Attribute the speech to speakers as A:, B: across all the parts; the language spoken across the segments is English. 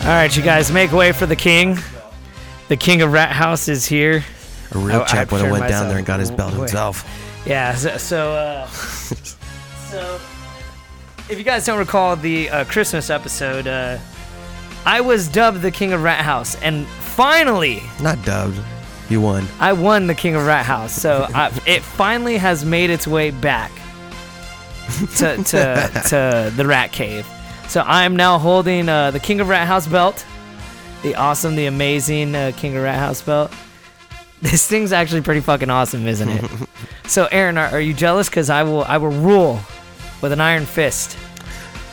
A: All right, you guys, make way for the king. The king of Rat House is here.
B: A real
A: Oh, I- I
B: chap would have
A: prepared
B: went down
A: myself.
B: there and got his belt
A: Wait.
B: himself.
A: Yeah, so, so, uh, so if you guys don't recall the uh, Christmas episode, uh, I was dubbed the King of Rat House, and finally
B: Not dubbed. You won.
A: I won the King of Rat House. So I, it finally has made its way back to, to, to the Rat Cave. So I'm now holding uh, the King of Rat House belt, the awesome, the amazing uh, King of Rat House belt. This thing's actually pretty fucking awesome, isn't it? so Aaron, are, are you jealous? Because I will, I will rule with an iron fist.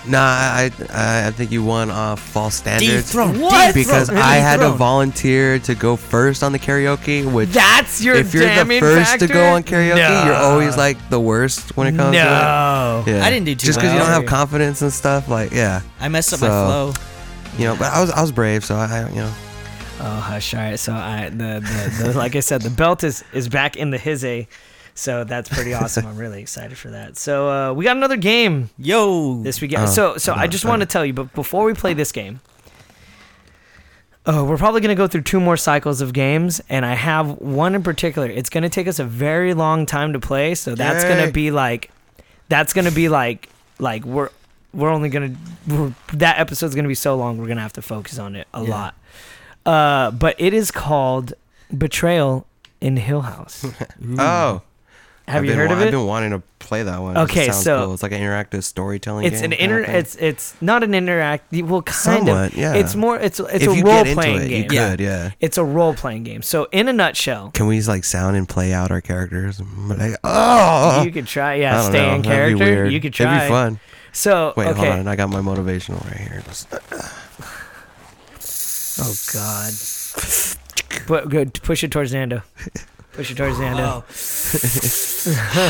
B: Nah, I I, I think you won off false standards.
C: Dethrone.
A: What?
B: Because
A: Dethrone.
B: I had to
A: Dethrone.
B: volunteer to go first on the karaoke, which
A: That's your
B: if you're the
A: damning
B: first
A: factor?
B: to go on karaoke, you're
A: No.
B: always like the worst when it comes to that.
A: No.
B: Yeah.
C: I didn't do too
B: just because you
C: well.
B: don't have confidence and stuff. Like yeah,
C: I messed up my
B: So-
C: flow.
B: you know. But I was I was brave, so I I- you know.
A: Oh hush! All right, so I the, the, the like I said, the belt is is back in the hizzy, so that's pretty awesome. I'm really excited for that. So uh, we got another game
C: Yo.
A: this weekend.
B: Oh,
A: so so
B: I'm
A: I
B: not
A: just want to
B: excited.
A: tell you, but before we play this game, oh, we're probably gonna go through two more cycles of games, and I have one in particular. It's gonna take us a very long time to play, so that's
B: Yay.
A: gonna be like, that's gonna be like like we're we're only gonna we're, that episode's gonna be so long. We're gonna have to focus on it a
B: Yeah.
A: lot. Uh, but it is called Betrayal in Hill House.
B: Oh,
A: Have
B: I've
A: you
B: been
A: heard
B: wa-
A: of it?
B: I've been wanting to play that one. It
A: Okay,
B: sounds
A: so-
B: cool. it's like an interactive storytelling.
A: it's
B: game
A: an
B: kinda
A: inter.
B: thing.
A: It's it's not an interact. Well, kind
B: Somewhat,
A: of.
B: yeah.
A: It's more. It's it's
B: if
A: a
B: you
A: role
B: get into
A: playing
B: it,
A: game.
B: You could, yeah.
A: It's a role playing game. So in a nutshell,
B: Can we just like sound and play out our characters? Like, oh,
A: you could try. Yeah,
B: I don't
A: stay
B: know.
A: in
B: That'd be
A: character.
B: weird.
A: You could try.
B: That'd be fun.
A: So
B: Wait,
A: okay.
B: hold on. I got my motivational right here. Just-
A: Oh God. But good. Push it towards Nando. Push it towards Nando.
C: Oh.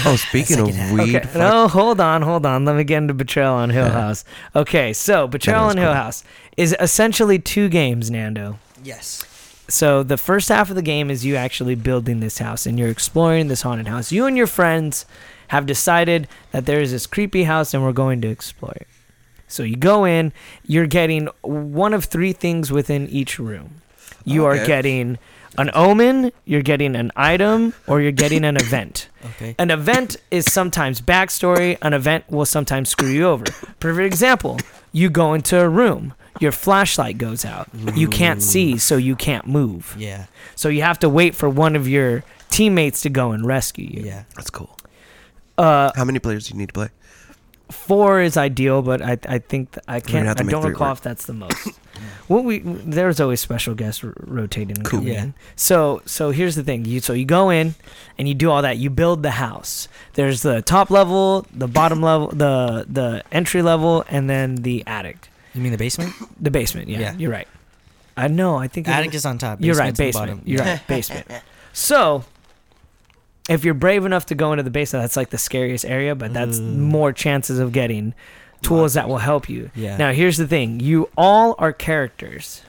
B: Oh, speaking of weed,
A: Okay.
B: fuck-
A: No, hold on, hold on. Let me get into Betrayal on Hill
B: Yeah.
A: House. Okay, so Betrayal
B: was
A: on Hill
B: cool.
A: House is essentially two games, Nando.
C: Yes.
A: So the first half of the game is you actually building this house and you're exploring this haunted house. You and your friends have decided that there is this creepy house and we're going to explore it. So you go in, you're getting one of three things within each room. You are
B: Okay.
A: getting an omen, you're getting an item, or you're getting an event.
C: Okay.
A: An event is sometimes backstory. An event will sometimes screw you over. For example, you go into a room, your flashlight goes out. You can't see, so you can't move.
C: Yeah.
A: So you have to wait for one of your teammates to go and rescue you.
C: Yeah.
B: that's cool.
A: Uh,
B: How many players do you need to play?
A: four is ideal, but I I think th- I can't.
B: have
A: I
B: to make
A: don't
B: three
A: recall
B: work.
A: if that's the most. Well, we there's always special guests r- rotating. and
B: Cool.
A: coming
C: Yeah.
A: in. So so here's the thing. You so you go in and you do all that. You build the house. There's the top level, the bottom level, the the entry level, and then the attic,
C: You mean the basement?
A: the basement. Yeah,
C: Yeah.
A: you're right. I know. I think it-
C: Attic is on top.
A: you're right.
C: basement's on the
A: Basement.
C: bottom.
A: You're right. Basement. So, if you're brave enough to go into the basement, that's like the scariest area, but that's more chances of getting tools that will help you.
C: Yeah.
A: Now, here's the thing: you all are characters.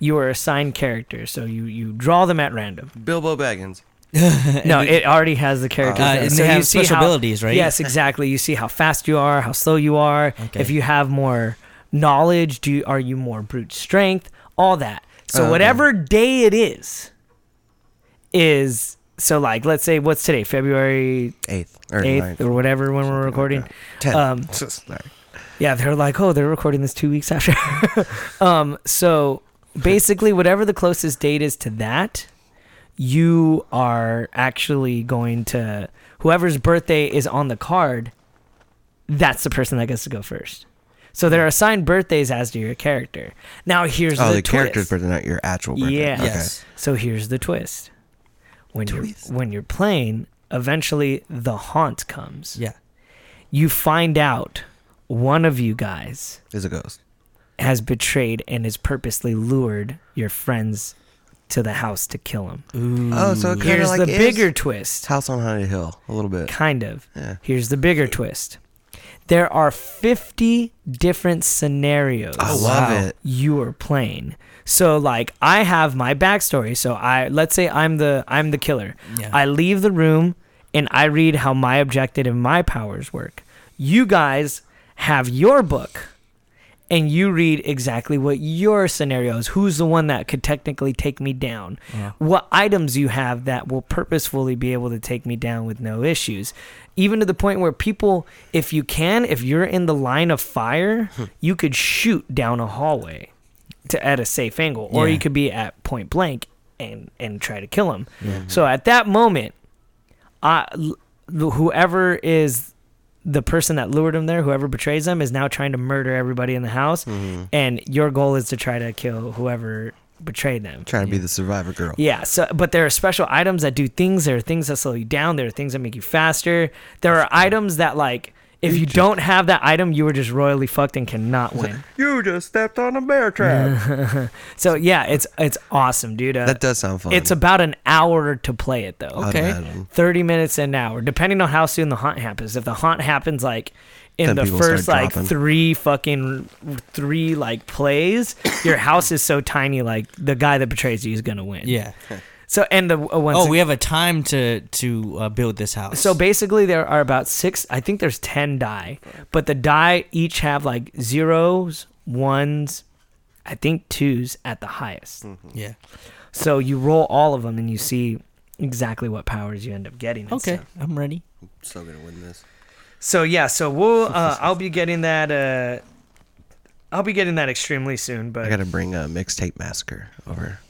A: You are assigned characters, so you you draw them at random.
B: Bilbo Baggins.
A: no, it already has the characters.
B: Uh,
A: there.
C: and they have special abilities, right?
A: Yes, exactly. You see how fast you are, how slow you are.
C: Okay.
A: If you have more knowledge, do you, are you more brute strength? All that. So
B: Oh, okay.
A: whatever day it is, is so like let's say what's today, February
B: Eighth or
A: eighth
B: ninth.
A: or whatever when we're recording.
B: Tenth.
A: um,
B: Sorry.
A: Yeah, they're like, oh, they're recording this two weeks after. um, so basically, whatever the closest date is to that, you are actually going to whoever's birthday is on the card. That's the person that gets to go first. So they're assigned birthdays as to your character. Now here's
B: Oh,
A: the,
B: the, character's
A: twist.
B: birthday, not your actual birthday.
A: Yeah.
B: Okay.
C: Yes.
A: So here's the twist. When
B: Twist.
A: you're when you're playing, eventually the haunt comes.
C: Yeah.
A: You find out one of you guys
B: Is a ghost.
A: has betrayed and has purposely lured your friends to the house to kill him.
B: Oh, so it kinda
A: Mm, Here's
B: like
A: the
B: is
A: bigger twist.
B: House on Haunted Hill, a little bit.
A: Kind of.
B: Yeah.
A: Here's the bigger twist. There are 50 different scenarios
B: I love
C: wow.
B: it.
A: you are playing. So like I have my backstory. So I let's say I'm the I'm the killer.
C: Yeah.
A: I leave the room and I read how my objective and my powers work. You guys have your book and you read exactly what your scenario is. Who's the one that could technically take me down? What items you have that will purposefully be able to take me down with no issues? Even to the point where people, if you can, if you're in the line of fire, you could shoot down a hallway to at a safe angle, or
C: Yeah.
A: you could be at point blank and and try to kill him. So at that moment, I l- whoever is the person that lured him there, whoever betrays them, is now trying to murder everybody in the house,
B: Hmm. Mm-hmm.
A: and your goal is to try to kill whoever betrayed them.
B: Trying to be the survivor girl.
A: Yeah, so but there are special items that do things. There are things that slow you down. There are things that make you faster. There are items that like if you don't have that item, you are just royally fucked and cannot win.
B: You just stepped on a bear trap.
A: so yeah, it's it's awesome, dude. Uh,
B: that does sound fun.
A: it's about an hour to play it though.
B: I'd
C: okay.
B: imagine.
A: 30 minutes an hour depending on how soon the haunt happens if the haunt happens like in
B: Then
A: the
B: people
A: first
B: start
A: like
B: dropping.
A: three fucking three like plays your house is so tiny like the guy that betrays you is gonna win
C: Yeah.
A: so and the uh, once
C: Oh, we have a time to to uh, build this house.
A: so basically there are about six i think there's 10 die but the die each have like zeros ones i think twos at the highest
B: Hmm.
C: yeah.
A: so you roll all of them and you see exactly what powers you end up getting uh, and
C: Okay,
A: stuff.
C: I'm ready.
B: Still gonna win this.
A: So yeah, so we'll uh, I'll be getting that uh, I'll be getting that extremely soon. But
B: I gotta bring a mixtape massacre over.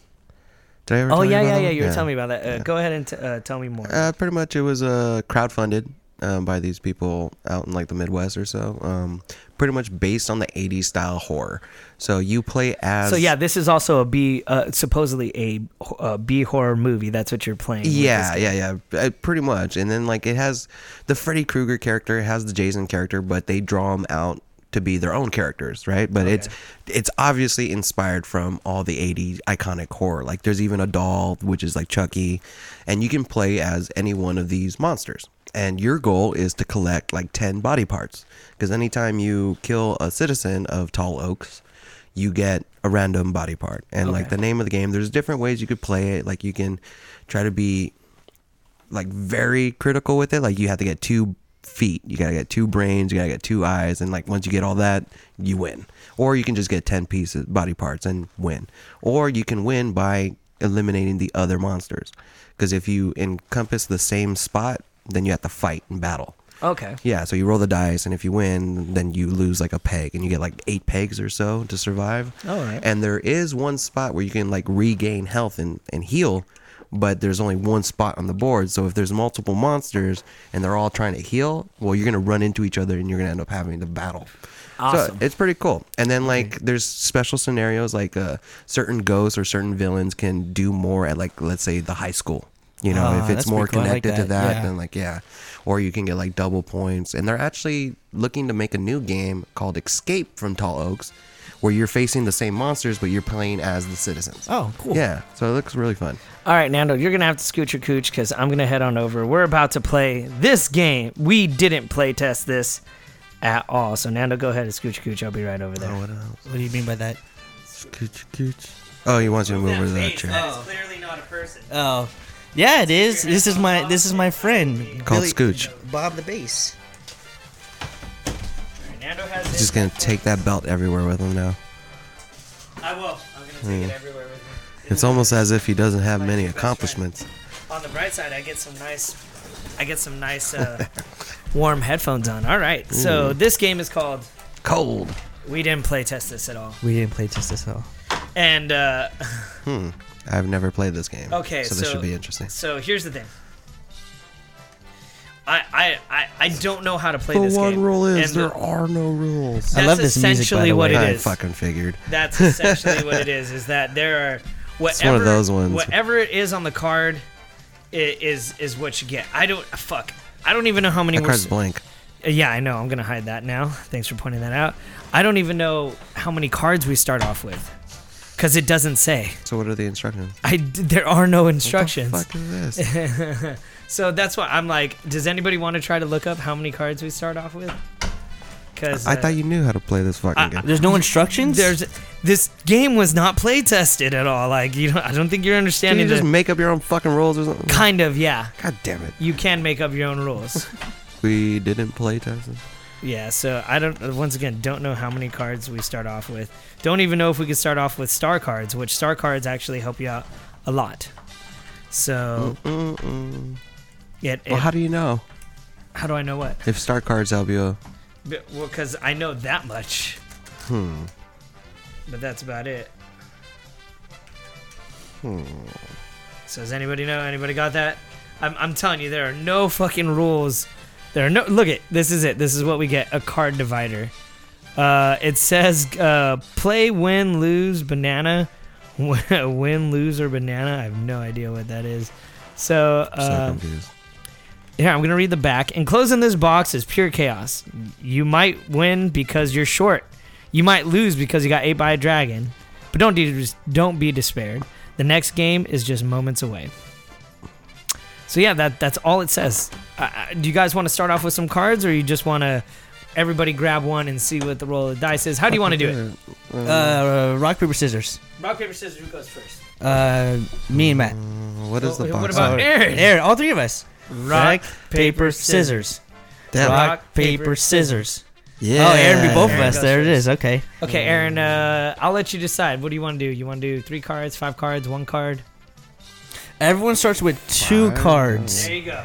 B: Did I ever?
A: oh
B: tell you
A: yeah,
B: about
A: yeah,
B: that?
A: yeah. You were telling me about that. Uh, Go ahead and t- uh, tell me more.
B: Uh, pretty much, it was uh, crowdfunded um, by these people out in like the Midwest or so. Um, pretty much based on the '80s style horror. So you play as
A: so yeah, this is also a B uh, supposedly a h- uh, B horror movie. That's what you're playing. with
B: Yeah,
A: this-
B: yeah, yeah, uh, pretty much. And then like it has the Freddy Krueger character, it has the Jason character, but they draw them out to be their own characters, right? But it's it's obviously inspired from all the 80s iconic horror. Like there's even a doll which is like Chucky, and you can play as any one of these monsters. And your goal is to collect like 10 body parts because anytime you kill a citizen of Tall Oaks, you get a random body part. And like the name of the game, there's different ways you could play it. Like you can try to be like very critical with it. Like you have to get two feet, you gotta get two brains, you gotta get two eyes, and like once you get all that, you win. Or you can just get ten pieces body parts and win. Or you can win by eliminating the other monsters. Because if you encompass the same spot, then you have to fight and battle.
A: Okay.
B: Yeah, so you roll the dice, and if you win, then you lose like a peg, and you get like eight pegs or so to survive.
A: All right.
B: And there is one spot where you can like regain health and, and heal, but there's only one spot on the board. So if there's multiple monsters and they're all trying to heal, well, you're gonna run into each other, and you're gonna end up having to battle.
A: Awesome.
B: So it's pretty cool. And then like there's special scenarios like uh, certain ghosts or certain villains can do more at like let's say the high school. You know,
C: Ah,
B: if it's
C: that's
B: more
C: pretty cool. I like
B: connected to
C: that.
B: that,
C: Yeah.
B: then like yeah or you can get like double points and they're actually looking to make a new game called escape from tall oaks where you're facing the same monsters but you're playing as the citizens
C: Oh, cool.
B: yeah so it looks really fun
A: All right, Nando, you're gonna have to scoot your cooch because I'm gonna head on over. We're about to play this game. We didn't play test this at all. So Nando, go ahead and scoot your cooch. I'll be right over there.
C: What do you mean by that?
B: oh he wants you to move over to that Uh, chair
A: is clearly not a person.
C: Oh, yeah, it is. This is my this is my friend.
B: Called
C: Billy-
B: Scooch.
C: Bob the bass.
A: Nando has
B: he's just gonna take that belt everywhere with him now
A: I will. I'm gonna
B: Hmm.
A: take it everywhere with me.
B: it's almost as if he doesn't have many accomplishments
A: on the bright side, I get some nice, I get some nice uh, warm headphones on. All right, so this game is called.
B: cold
A: We didn't play test this at all,
C: We didn't play test this at all.
A: and uh,
B: i've never played this game
A: Okay,
B: so this
A: so-
B: should be interesting
A: so here's the thing. I I I, I don't know how to play this game. and the-
B: are no rules
A: that's
C: love this music, by
A: essentially
C: the
A: what
C: way.
A: it
B: i
A: is.
B: fucking figured
A: That's essentially what it is. Is that there are whatever
B: one of those ones.
A: whatever it is on the card i- is is what you get. I don't fuck. I don't even know how many.
B: that
A: we're
B: card's
A: s-
B: blank
A: Uh, Yeah, I know. I'm gonna hide that now. Thanks for pointing that out. I don't even know how many cards we start off with, because it doesn't say.
B: so what are the instructions
A: I d- there are no instructions.
B: What the fuck is this
A: So that's why I'm like, does anybody want to try to look up how many cards we start off with? Because
B: I thought you knew how to play this fucking
A: I-
B: game.
C: There's no instructions.
A: there's this game was not play tested at all. Like you don't, I don't think you're
B: Can
A: understanding.
B: you just
A: the-
B: make up your own fucking rules or something?
A: kind of yeah.
B: God damn it.
A: You can make up your own rules.
B: We didn't play Tesla.
A: Yeah, so I don't. Once again, don't know how many cards we start off with. Don't even know if we could start off with star cards, which star cards actually help you out a lot. So, it, it-
B: Well,
A: how,
B: how do you know
A: do I know what?
B: if star cards help you?
A: B- Well, because I know that much. Hmm. But that's about it. Hmm. So does anybody know? Anybody got that? I'm, I'm telling you, there are no fucking rules. There are no. Look it. This is it. This is what we get. A card divider. Uh, it says uh, play, win, lose, banana. win, lose, or banana. I have no idea what that is. So,
B: So
A: uh,
B: confused.
A: here, I'm going to read the back. Enclosed in this box is pure chaos. You might win because you're short. You might lose because you got ate by a dragon. But don't, de- don't be despaired. The next game is just moments away. So, yeah, that that's all it says. Uh, uh, do you guys want to start off with some cards, or you just want to everybody grab one and see what the roll of the dice is? How do you want to do it?
C: Uh, rock paper scissors.
A: Rock, paper, scissors, who goes first?
C: Uh, me and Matt.
B: mm, What is the
A: What
B: box?
A: about
B: art?
A: Aaron?
C: There, all three of us. Rock, paper, scissors.
B: Damn.
C: Rock, paper, scissors.
B: Yeah.
C: Oh, Aaron, be both of
A: Aaron
C: us.
A: goes
C: There it
A: first.
C: is. Okay.
A: Okay, Aaron, uh, I'll let you decide. What do you want to do? You want to do three cards, five cards, one card?
C: Everyone starts with two
B: Wow.
C: cards.
A: you go.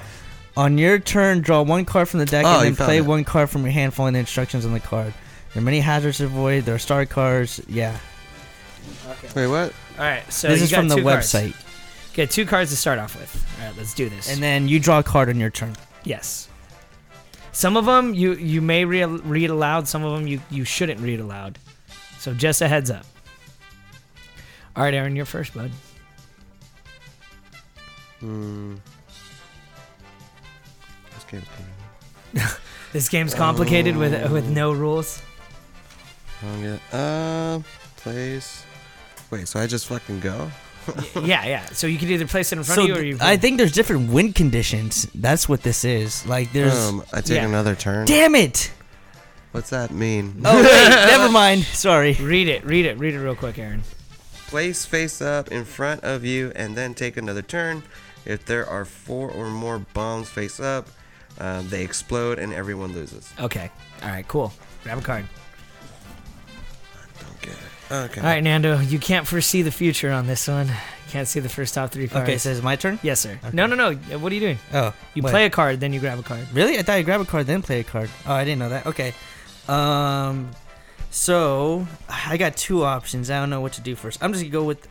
C: On your turn, draw one card from the deck
B: Oh, you
C: and then
B: found
C: play
B: it.
C: one card from your hand, following the instructions on the card. There are many hazards to avoid. There are star cards. Yeah.
B: Wait, what?
A: All right, so
C: this
A: you
C: is
A: got
C: from the
A: two cards.
C: website.
A: Get two cards to start off with. All right, let's do this.
C: And then you draw a card on your turn.
A: yes, some of them you you may re- read aloud. Some of them you you shouldn't read aloud. So just a heads up. All right, Aaron, you're first, bud.
B: Hmm. This game's coming.
A: This game's complicated with with
C: Oh.
A: no rules.
B: I'm gonna, um, place. Wait, so I just fucking go?
A: yeah, yeah. So you can either place it in front
C: So
A: of you or
C: th-
A: you.
C: I think there's different wind conditions. That's what this is. Like there's.
B: Um, I take
A: yeah.
B: another turn.
C: Damn it!
B: What's that mean?
C: Oh wait, never mind. Sorry.
A: read it, read it, read it real quick, Aaron.
B: Place face up in front of you and then take another turn. If there are four or more bombs face up, uh, they explode and everyone loses.
A: Okay. All right. Cool. Grab a card.
B: Okay. Okay.
A: All right, Nando. You can't foresee the future on this one. Can't see the first top three cards.
C: Okay, so it's my turn.
A: Yes, sir. No, no, no. Uh, What are you doing?
C: Oh,
A: You
C: wait.
A: play a card, then you grab a card.
C: Really? I thought you grab a card then play a card. Oh, I didn't know that. Okay. Um, so I got two options. I don't know what to do first. I'm just gonna go with.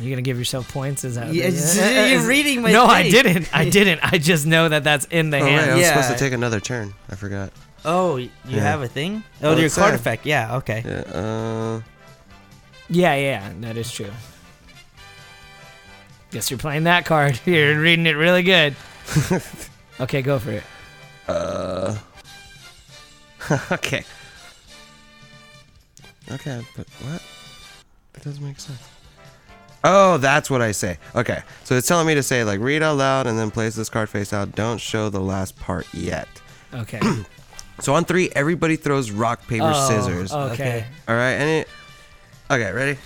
A: You're gonna give yoself points? Is that?
C: Yeah,
A: is-
C: you're
A: is-
C: reading my
A: No, I
C: thing.
A: didn't. I didn't. I just know that that's in the
B: Oh, wait, I
A: hand.
B: was
C: Yeah.
B: supposed to take another turn. I forgot.
C: Oh, you
B: Yeah.
C: have a thing?
B: Oh,
C: Oh, your
B: it's
C: card
B: there.
C: effect. Yeah. Okay.
B: Yeah, uh,
A: Yeah, yeah, that is true. Guess you're playing that card. You're reading it really good. okay, go for it.
B: Uh. okay. Okay, but what? That doesn't make sense. Oh, that's what I say. Okay, so it's telling me to say like read out loud and then place this card face out. Don't show the last part yet.
A: Okay.
B: So on three, everybody throws rock paper
A: Oh,
B: scissors.
A: Okay.
C: Okay.
B: All right, and it. Okay, ready?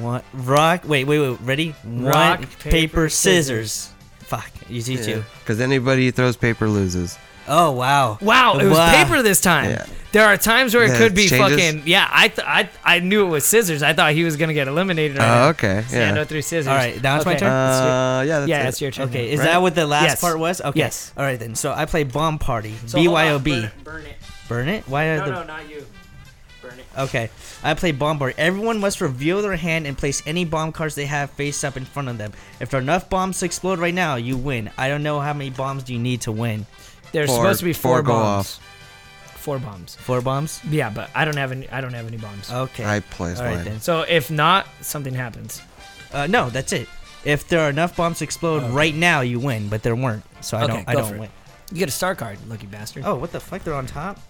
C: One rock. Wait, wait, wait. Ready?
A: Rock,
C: One, paper,
A: paper,
C: scissors. Fuck. You see two.
B: Because anybody who throws paper loses.
C: Oh wow.
A: Wow, it was
C: Wow.
A: paper this time.
B: Yeah.
A: There are times where it
B: Yeah,
A: could be
B: changes.
A: fucking. Yeah, I, th- I, I knew it was scissors. I thought he was gonna get eliminated. Right
B: Oh,
A: now.
B: okay.
A: Sando
B: Yeah.
A: through scissors.
C: All right, now it's my
A: Okay.
C: turn?
A: It's your-
B: Uh, yeah. That's
A: yeah,
B: it.
A: it's your turn.
C: Okay,
A: now.
C: is
B: Right?
C: that what the last
A: Yes.
C: part was? Okay.
A: Yes.
C: All right then. So I play bomb party.
A: So hold on,
C: BYOB.
A: burn it, burn it.
C: Burn it. Why? Are the...
A: not you. Burn it.
C: Okay. I play bomb party. Everyone must reveal their hand and place any bomb cards they have face up in front of them. If there are enough bombs to explode right now, you win. I don't know how many bombs do you need to win.
A: There's
B: Four-
A: supposed to be four,
B: four go
A: bombs. Four bombs.
C: Four bombs.
A: Yeah, but I don't have any. I don't have any bombs.
C: Okay.
B: I place
C: All right
B: mine.
C: then.
A: so if not, something happens.
C: Uh, no, that's it. If there are enough bombs to explode right now, you win. But there weren't, so I
A: Okay,
C: don't. I
A: go
C: don't
A: for it.
C: win.
A: You get a star card, lucky bastard.
C: Oh, what the fuck? They're on top.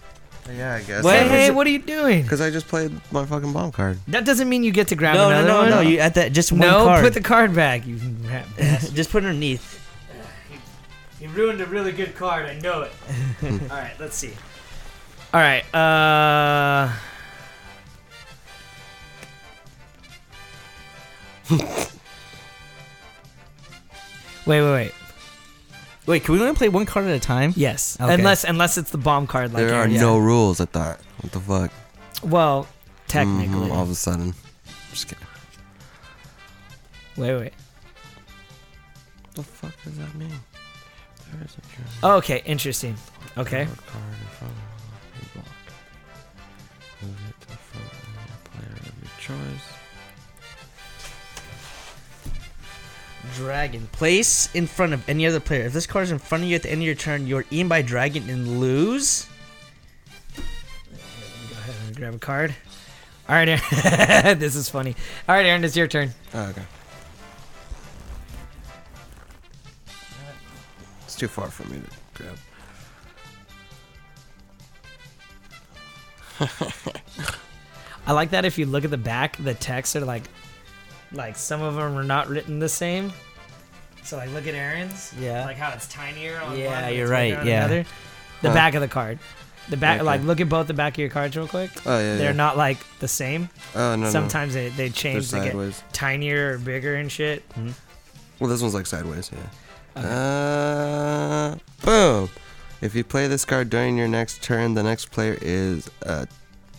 B: Yeah, I guess.
C: Wait,
A: hey,
C: so-
A: hey, what are you doing?
B: Because I just played my fucking bomb card.
A: That doesn't mean you get to grab
C: No, no,
A: another
C: no,
A: one.
C: no. You at that just one
A: No,
C: card.
A: put the card back. You rat bastard.
C: just put it underneath.
A: you ruined a really good card. I know it. All right, let's see. All right. Uh. wait, wait, wait.
C: Wait, can we only play one card at a time?
A: Yes,
C: Okay.
A: unless unless it's the bomb card. Like
B: There are
A: Aaron
B: no rules at that. What the fuck?
A: said. Well,
B: Mhm,
A: technically.
B: all of a sudden. Just kidding. What
A: Wait, wait.
B: the fuck does that mean? There is a draw.
A: Okay, interesting. Okay.
B: Card in front of the block. Move it to the front of the player of your choice.
C: Dragon. Place in front of any other player. If this card is in front of you at the end of your turn, you're eaten by dragon and lose.
A: Go ahead and grab a card. All right, Aaron. this is funny. All right, Aaron, it's your turn.
B: Oh, okay. It's too far for me to grab.
A: I like that if you look at the back, the texts are like, like some of them are not written the same. So like, look at Aaron's.
C: Yeah.
A: Like how it's tinier on
C: Yeah,
A: one. and it's
C: you're
A: bigger
C: right,
A: on
C: yeah.
A: another. The
B: Huh.
A: back of the card. The back,
B: Okay.
A: like, look at both the back of your cards real quick.
B: Oh yeah,
A: They're
B: yeah.
A: not like the same.
B: Oh no, no.
A: Sometimes they, they
B: They're
A: change to get
B: sideways.
A: tinier or bigger and shit.
B: Well, this one's like sideways. Yeah. Uh, boom. If you play this card during your next turn, the next player is uh,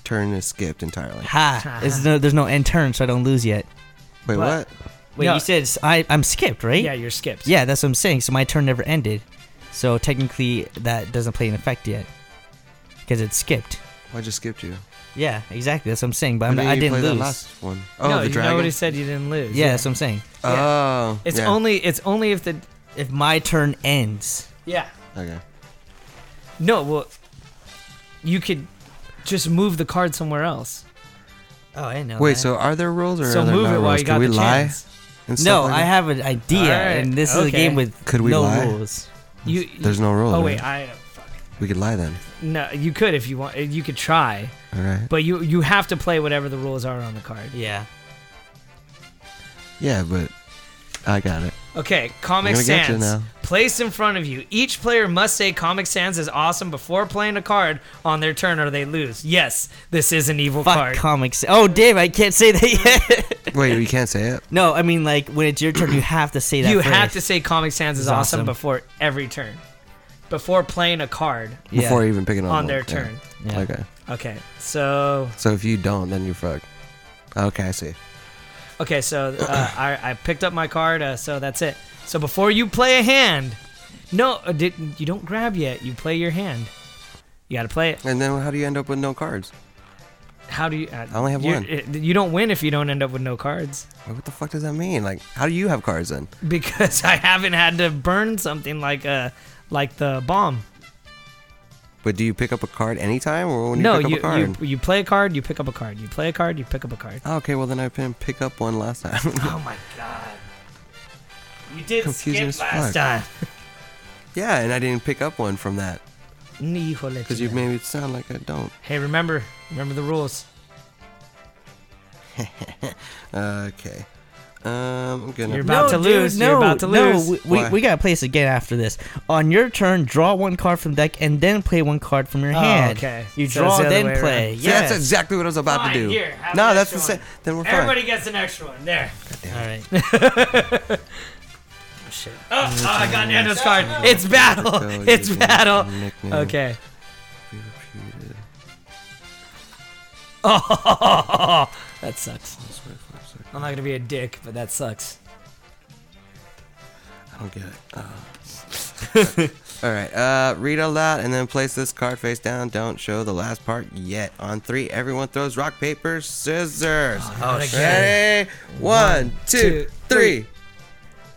B: turn is skipped entirely.
C: Ha! There's no, there's no end turn, so I don't lose yet.
B: Wait,
A: But-
B: what?
C: Wait,
A: No.
C: you said s- I, am skipped, right?
A: Yeah, you're skipped.
C: Yeah, that's what I'm saying. So my turn never ended. So technically, that doesn't play an effect yet because it's skipped.
B: Well, I just skipped you.
C: Yeah, exactly. That's what I'm saying. But I'm,
B: When
C: I
B: you
C: didn't
B: play
C: lose.
B: That last one. Oh,
A: no,
B: the
A: you-
B: dragon.
A: nobody said you didn't lose.
C: yeah, that's what I'm saying.
B: Oh,
A: It's
B: yeah.
A: only it's only if the
C: If my turn ends,
A: yeah.
B: Okay.
A: No, well, you could just move the card somewhere else.
C: oh, I know.
B: Wait,
C: that.
B: so are there rules or
A: so
B: are there
A: move
B: not
A: it
B: rules?
A: while you got
B: Can we
A: the
B: lie?
A: chance.
B: and stuff
C: no,
B: like
C: I
B: that?
C: have an idea,
A: Alright,
C: and this is a
A: okay.
C: game with
B: Could we
C: no
B: lie?
C: rules.
A: You,
B: There's no rules.
A: Oh wait,
B: right?
A: I fuck.
B: we could lie then.
A: no. You could if you want. You could try,
B: All right.
A: but you you have to play whatever the rules are on the card.
C: Yeah.
B: Yeah, but I got it.
A: Okay, Comic
B: I'm gonna get
A: Sans
B: you now.
A: placed in front of you. Each player must say Comic Sans is awesome before playing a card on their turn, or they lose. Yes, this is an evil
C: Fuck
A: card.
C: comics. Oh, damn! I can't say that yet.
B: Wait, we can't say it.
C: no, I mean like when it's your turn, you have to say that.
A: you
C: first.
A: have to say Comic Sans is
C: It's
A: awesome,
C: awesome.
A: before every turn, before playing a card
C: Yeah.
B: before even picking up
A: on
B: one.
A: their
B: Yeah.
A: turn.
C: Yeah.
B: Okay.
A: Okay, so
B: So if you don't, then you're fucked. Okay, I see.
A: Okay, so uh, I, I picked up my card, uh, so that's it. So before you play a hand, no, uh, did, you don't grab yet. You play your hand. You got to play it.
B: And then how do you end up with no cards?
A: How do you? Uh,
B: I only have
A: you're-
B: one.
A: uh, You don't win if you don't end up with no cards
B: Like, what the fuck does that mean? Like, how do you have cards then?
A: because I haven't had to burn something like uh like the bomb.
B: But do you pick up a card anytime or when you
A: no,
B: pick up
A: you,
B: a card?
A: you you play a card, you pick up a card. You play a card, you pick up a card.
B: Oh, okay, well then I didn't pick up one last time.
A: oh my god! You did
B: Confusing as
A: skip last
B: fuck.
A: time.
B: yeah, and I didn't pick up one from that
A: Híjole,
B: because you
A: chile.
B: made it sound like I don't.
A: Hey, remember remember the rules.
B: Okay. Um, I'm gonna.
A: You're about to lose. You're about to lose.
C: No, we, we,
B: Why?
C: we gotta play this again after this. On your turn, draw one card from deck and then play one card from your
A: Oh,
C: hand.
A: okay. So
C: You
A: it's
C: draw
A: the other way
C: then
A: around.
C: play.
B: See,
C: Yes.
B: That's exactly what I was about
A: Fine,
B: to do.
A: here, have
B: no,
A: an
B: that's the
A: extra
B: same. Then we're fine.
A: Everybody gets an extra one. There.
C: All right.
A: Shit. Oh, oh, I got Nando's card. It's battle.
B: Go,
A: It's
B: you
A: battle.
B: nickname.
A: Okay.
B: Be reputed.
A: Oh, that sucks.
B: This way, flip side.
A: I'm not gonna be a dick, but that sucks.
B: I don't get it. All right. Uh, read aloud and then place this card face down. Don't show the last part yet. On three, everyone throws rock, paper, scissors.
A: Oh, not again.
B: Ready? One, two,
A: two,
B: three.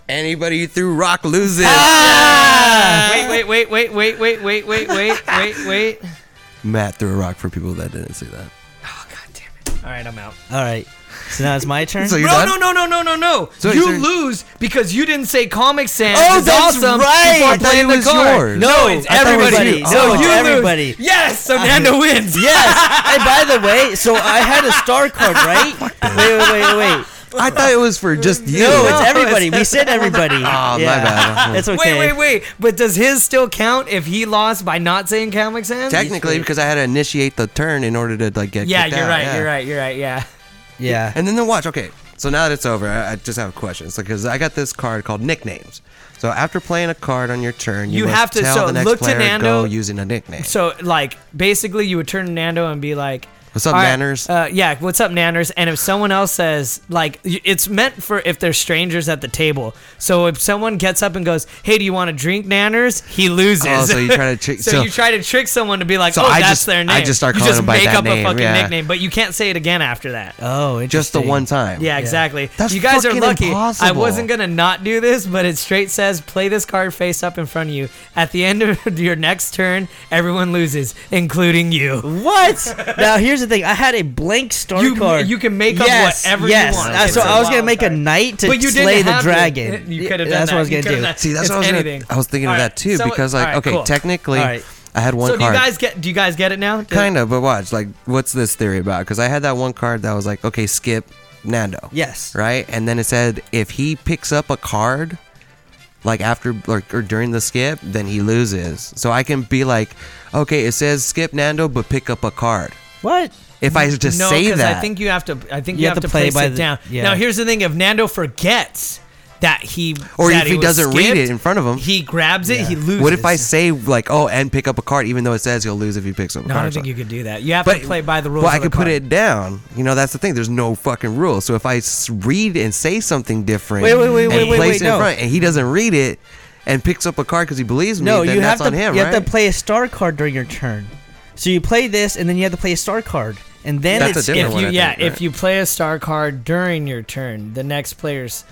B: Anybody who threw rock loses.
A: Ah! Wait, wait, wait, wait, wait, wait, wait, wait, wait, wait, wait.
B: Matt threw a rock for people that didn't see that.
A: Oh god damn it. All right, I'm out.
C: All right. So now it's my turn.
B: So you-
A: No,
B: done?
A: no, no, no, no, no, no.
B: Sorry,
A: you
B: sorry.
A: lose because you didn't say Comic Sans
B: Oh,
A: is
B: that's
A: awesome
B: right. I
A: before
B: thought
A: playing
B: it
A: the
B: was
A: card.
B: yours.
A: No,
C: No,
A: it's
C: I thought it was
A: everybody.
C: you.
A: No,
C: Oh, it's
A: you
C: everybody.
A: lose. Yes, so Nando wins.
C: yes. And by the way, so I had a star card, right? wait, wait, wait, wait.
B: I thought it was for just you.
C: No, it's
A: it's
C: everybody. We said everybody. Oh,
B: my bad.
C: It's okay.
A: Wait, wait, wait. But does his still count if he lost by not saying Comic Sans?
B: Technically, because I had to initiate the turn in order to like get.
A: yeah,
B: kicked
A: you're
B: out,
A: right.
B: yeah.
A: You're right. You're right. Yeah.
C: Yeah.
B: And then the watch. Okay, So now that it's over, I, I just have a question. So because I got this card called nicknames. So after playing a card on your turn, you,
A: You
B: must
A: have to-
B: tell
A: so
B: the next
A: look to
B: player
A: Nando-
B: go using a nickname.
A: So like basically, you would turn to Nando and be like,
B: What's up,
A: "All right,
B: Nanners?"
A: Uh, yeah, what's up, Nanners? And if someone else says like, y- it's meant for if they're strangers at the table. So if someone gets up and goes, "Hey, do you want to drink Nanners?" He loses.
B: Oh, so you try to trick-
A: so,
B: so-
A: you try to trick someone to be like,
B: So
A: "Oh,
B: I
A: that's
B: just-
A: their name."
B: I just start
A: you
B: calling
A: just
B: them by
A: make
B: that
A: up
B: name,
A: a fucking
B: yeah.
A: nickname, but you can't say it again after that.
C: Oh,
B: just the
C: interesting.
B: one time.
A: Yeah, exactly.
B: That's
A: you guys are
B: fucking
A: lucky. I
B: impossible.
A: wasn't gonna not do this, but it straight says play this card face up in front of you. At the end of your next turn, everyone loses, including you.
C: What? now here's the thing. I had a blank star
A: You-
C: card.
A: you can make up whatever you
C: yes.
A: want.
C: Uh,
A: It's
C: so
A: a
C: I was gonna
A: wild
C: make a
A: card.
C: knight to
A: But you didn't
C: slay the
A: have to.
C: dragon.
A: You could have done
C: That's
A: that.
C: what I was
A: You
C: gonna
A: coulda done
C: do.
A: that.
B: See, that's
A: It's
B: what I was gonna-
A: anything.
B: I was thinking
A: All
B: of
A: right,
B: that too
A: so-
B: because like
A: all right,
B: okay,
A: cool.
B: technically,
C: All right.
B: I had one
A: so do you
B: card.
A: guys get? Do you guys get it now?
B: kind of, but watch. Like, what's this theory about? Because I had that one card that was like, okay, skip Nando.
C: Yes.
B: Right, and then it said if he picks up a card, like after like or during the skip, then he loses. So I can be like, okay, it says skip Nando, but pick up a card.
C: What?
B: If I just
A: no,
B: say
A: 'cause
B: that,
A: I think you have to. I think you, have, to, play place
C: by
A: it
C: the-
A: down.
C: yeah.
A: Now here's the thing: if Nando forgets that he
B: Or
A: that
B: if he
A: was
B: doesn't read
A: skipped,
B: it in front of him.
A: he grabs it. He loses.
B: what if I say like, oh, and pick up a card, even though it says he'll lose if he picks up a
A: No,
B: card?
A: I
B: or
A: don't think
B: something?
A: you can do that. You have to play by the rules.
B: Well, I
A: of the
B: could put
A: card.
B: it down. You know, that's the thing. There's no fucking rule. So if I s- read and say something different,
C: Wait, wait, wait,
B: and
C: wait, wait,
B: place
C: wait,
B: it
C: no.
B: in front, and he doesn't read it, and picks up a card because he believes me,
C: No,
B: then
C: you have
B: that's on
C: to.
B: him,
C: you
B: right?
C: have to play a star card during your turn. So you play this, and then you have to play a star card, and then
B: That's a
C: it's
B: different
A: if
B: one,
A: you
B: I
A: yeah
B: think,
A: if
B: right?
A: you play a star card during your turn the next player's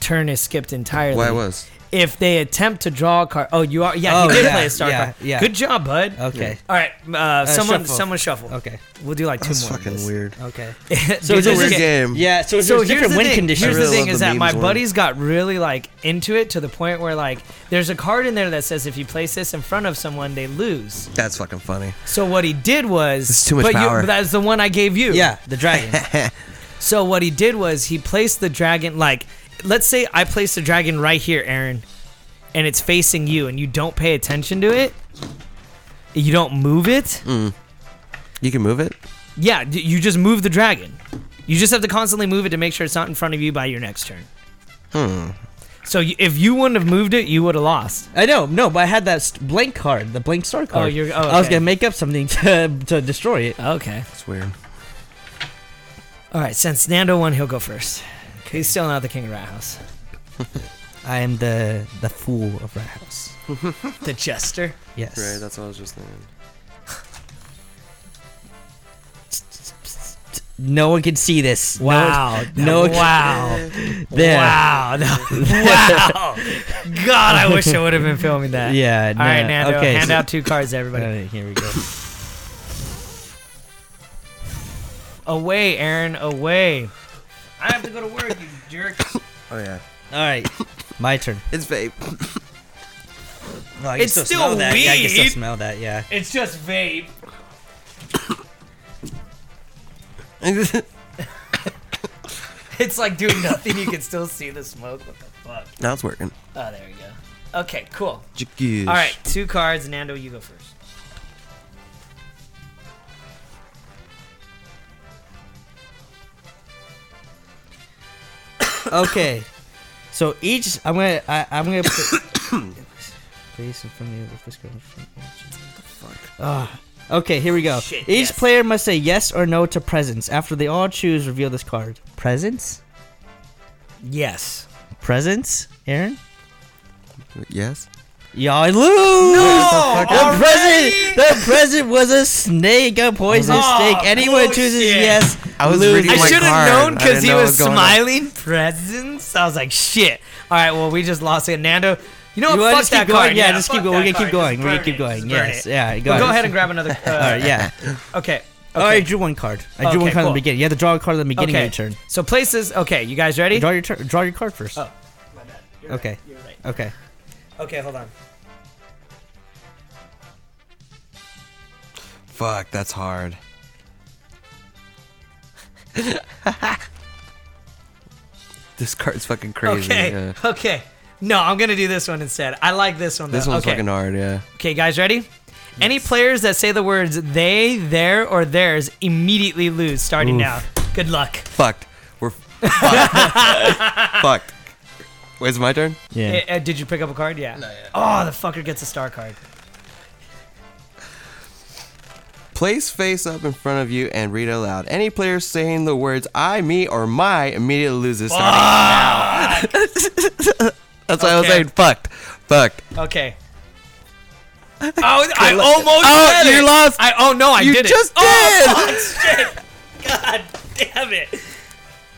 A: turn is skipped entirely
B: Why was?
A: if they attempt to draw a card oh you are yeah
C: Oh,
A: you did
C: yeah,
A: play a star
C: yeah,
A: card
C: yeah.
A: good job bud
C: Okay.
A: all right uh, someone
C: shuffle.
A: someone shuffle
C: Okay.
A: we'll do like two
B: That's
A: more of
B: fucking
A: this.
B: weird.
C: Okay.
A: Dude,
C: it's a
A: this
C: weird
A: is-
C: game.
B: Game.
C: Yeah. So
A: so here's
C: there's different
A: the
C: win
A: thing.
C: conditions.
A: Here's the
B: really
A: thing
B: love
A: is
B: the
A: that my
B: memes one.
A: buddies got really like into it to the point where like there's a card in there that says if you place this in front of someone they lose.
B: That's fucking funny.
A: So what he did was
B: It's too much
A: but you-
B: power.
A: but that's the one I gave you.
C: Yeah, the dragon.
A: So what he did was he placed the dragon like let's say I place the dragon right here, Aaron, and it's facing you and you don't pay attention to it. You don't move it.
B: You can move it.
A: Yeah, d- you just move the dragon. You just have to constantly move it to make sure it's not in front of you by your next turn. Hmm. So y- if you wouldn't have moved it, you would have lost.
C: I know, no, but I had that st- blank card, the blank star card.
A: you're- oh,
C: I was
A: okay.
C: gonna make up something to, to destroy it.
A: Okay.
B: It's weird.
A: All right, since Nando won, he'll go first. He's still not the king of Rat House.
C: I am the the fool of Rat House.
A: The jester.
C: Yes.
B: Right. That's what I was just thinking.
C: No one can see this. No one-
A: Wow.
C: No. one can-
A: wow.
C: There.
A: Wow. No. wow. God, I wish I would have been filming that.
C: Yeah.
A: All right, Nando.
C: Okay.
A: hand
C: so-
A: out two cards, to everybody.
C: Alright, here we go.
A: Away, Aaron. Away. I have to go to work, you jerk.
B: Oh yeah.
C: All right, my turn.
B: It's vape.
C: No, I
A: It's still
C: smell that. Yeah, I can still
A: weed.
C: smell that. Yeah.
A: It's just vape. It's like doing nothing. You can still see the smoke. What the fuck?
B: now it's working.
A: Oh, there we go. Okay, cool.
B: Jigoose.
A: All right, two cards. Nando, you go first.
C: Okay. So each, I'm gonna, I, I'm gonna. Put, place in front of the fiscal. Ah. Okay, here we go.
A: Shit,
C: each
A: yes.
C: player must say yes or no to presents. After they all choose, reveal this card. Presents?
A: Yes.
C: Presents? Aaron?
B: Yes.
C: Y'all lose.
A: Oh,
C: No,
B: What the
C: the
A: fuck?
C: present, the present was a snake, a poisonous
A: Oh,
C: snake. Anyone chooses
A: bullshit. Oh,
C: yes.
B: I was
C: loses.
B: reading
A: I
B: my
A: should have
B: card.
A: known
B: I
A: because
B: didn't
A: he
B: know what
A: was
B: was going on.
A: smiling. Presents. I was like, shit. All right, well, we just lost it. Nando, you know
C: You
A: what?
C: want to
A: Fuck
C: just
A: that
C: keep going?
A: card.
C: Yeah, just
A: fuck
C: keep going. We're
A: that
C: gonna keep
A: card.
C: going.
A: Just
C: We're gonna
A: burn
C: keep
A: it.
C: going.
A: Just burn
C: Yes.
A: it.
C: Yeah. Go
A: But go
C: ahead.
A: ahead and grab another. Uh,
C: All right. Yeah.
A: Okay.
C: Oh, I
A: Okay.
C: drew one card. I drew one
A: Okay,
C: card at
A: cool.
C: the beginning. You have to draw a card at the beginning
A: okay.
C: of your turn.
A: So places. Okay, you guys ready?
C: Draw your turn. Draw your card first.
A: Oh, my bad. You're
C: Okay.
A: Right. You're right.
C: Okay.
A: Okay, hold on.
B: Fuck. That's hard. this card's fucking crazy.
A: Okay.
B: yeah.
A: Okay. No, I'm gonna do this one instead. I like this one. Though.
B: This one's
A: Uh, okay.
B: fucking hard. Yeah.
A: Okay, guys, ready? Any players that say the words they, their, or theirs immediately lose starting now. Good luck.
B: Fucked. We're Fuck. Wait, it's my turn?
C: Yeah.
A: Eh, eh, did you pick up a card? Yeah. Oh, the fucker gets a star card.
B: Place face up in front of you and read aloud. Any player saying the words I, me, or my immediately loses starting
A: Ah!
B: now. That's why I was
A: Okay.
B: saying fucked. Fucked.
A: Okay. Oh, I almost
B: Oh,
A: said
B: you
A: it.
B: lost.
A: I oh no, I
B: you
A: did
B: just
A: it. Oh,
B: did.
A: God damn it.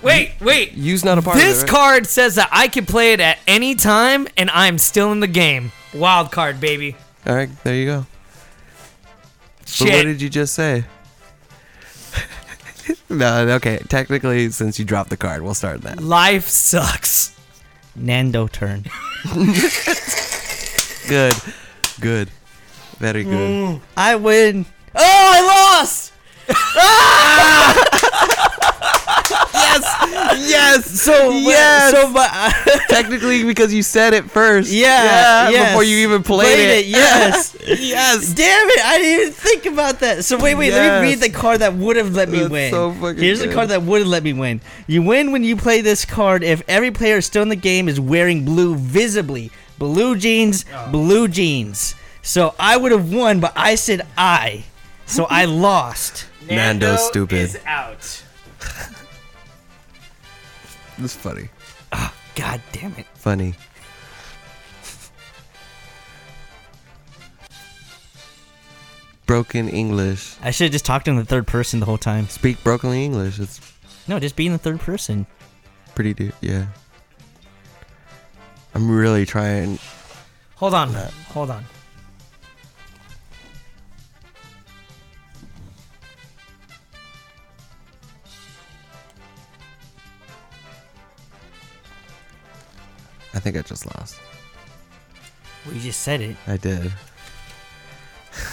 A: Wait, wait.
B: Use not a part
A: This
B: of it, right?
A: card says that I can play it at any time and I'm still in the game. Wild card, baby.
B: All right, there you go. But what
A: Shit.
B: did you just say? no, okay. Technically, since you dropped the card, we'll start that.
A: Life sucks.
C: Nando turn.
B: Good. Good. Very
A: Mm.
B: good.
C: I win. Oh, I lost.
A: Ah!
B: Yes. So yes.
C: So but
B: technically, because you said it first.
C: yeah, yes.
B: Before you even played,
C: it. Yes.
B: yes.
C: Damn it! I didn't even think about that. So wait, wait. Let me read
B: Yes.
C: the card that would have let me
B: That's
C: win.
B: so fucking
C: Here's the
B: good.
C: card that would have let me win. You win when you play this card if every player still in the game is wearing blue visibly. Blue jeans,
A: Oh.
C: blue jeans. So I would have won, but I said I. So I lost.
B: Nando's Nando stupid. is
A: out.
B: That's funny.
C: God damn it.
B: Funny. Broken English.
C: I should have just talked in the third person the whole time.
B: Speak broken English. It's
C: No, just be in the third person.
B: pretty deep. Yeah. I'm really trying.
A: Hold on. Hold on.
B: I think I just lost.
C: Well, you just said it.
B: I did.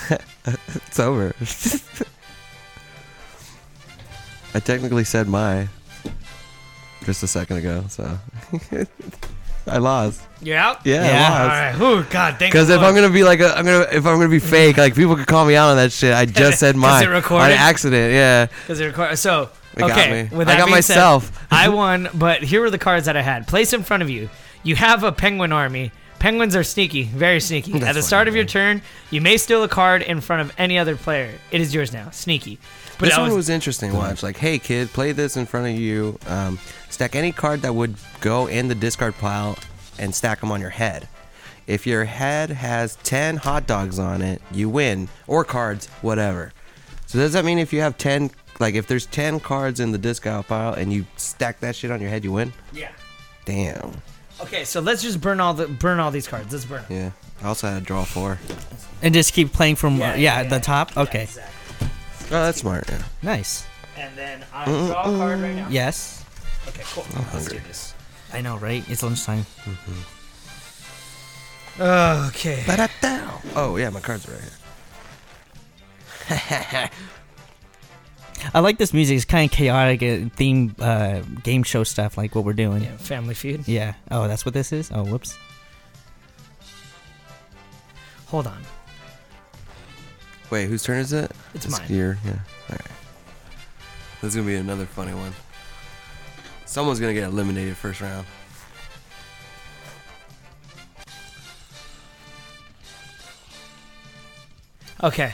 B: it's over. I technically said my just a second ago, so I lost.
A: You're out?
B: Yeah,
C: Yeah.
B: I
A: All
B: lost.
A: right. Ooh, God, thank
B: Because if
A: Lord.
B: I'm gonna be like, a, I'm gonna if I'm gonna be fake, like people could call me out on that shit. I just said
A: 'Cause
B: mine
A: it recorded?
B: on accident. Yeah,
A: Because they're card- so
B: They got
A: okay.
B: me.
A: With
B: I
A: that
B: got
A: being
B: myself.
A: Said, I won, but here were the cards that I had. Place in front of you. You have a penguin army. Penguins are sneaky, very sneaky. At the start of your turn, you may steal a card in front of any other player. It is yours now. Sneaky. But
B: this
A: I
B: one
A: was-
B: was interesting. Watch, like, hey kid, play this in front of you. Um, stack any card that would go in the discard pile, and stack them on your head. If your head has ten hot dogs on it, you win, or cards, whatever. So does that mean if you have ten, like, if there's ten cards in the discard pile and you stack that shit on your head, you win?
A: yeah.
B: Damn.
A: Okay, so let's just burn all the burn all these cards. Let's burn them.
B: Yeah. I also had to draw four.
C: And just keep playing from yeah,
A: Yeah,
C: uh,
A: yeah,
C: yeah,
A: yeah.
C: the top. Okay,
A: Exactly.
B: Oh, that's smart. Yeah.
C: nice.
A: And then I draw a card right now.
C: Yes,
A: Okay, cool. Let's do this.
C: I know, right? It's lunchtime.
A: Okay.
B: Ba-da-dow. Oh yeah, my cards are right here.
C: I like this music. It's kind of chaotic uh, theme, uh, game show stuff, like what we're doing. Yeah.
A: Yeah, Family Feud.
C: Oh, that's what this is. Oh, whoops.
A: Hold on.
B: Wait, whose turn is it?
A: It's mine.
B: Your, yeah. All right. This is gonna be another funny one. Someone's gonna get eliminated first round.
A: Okay.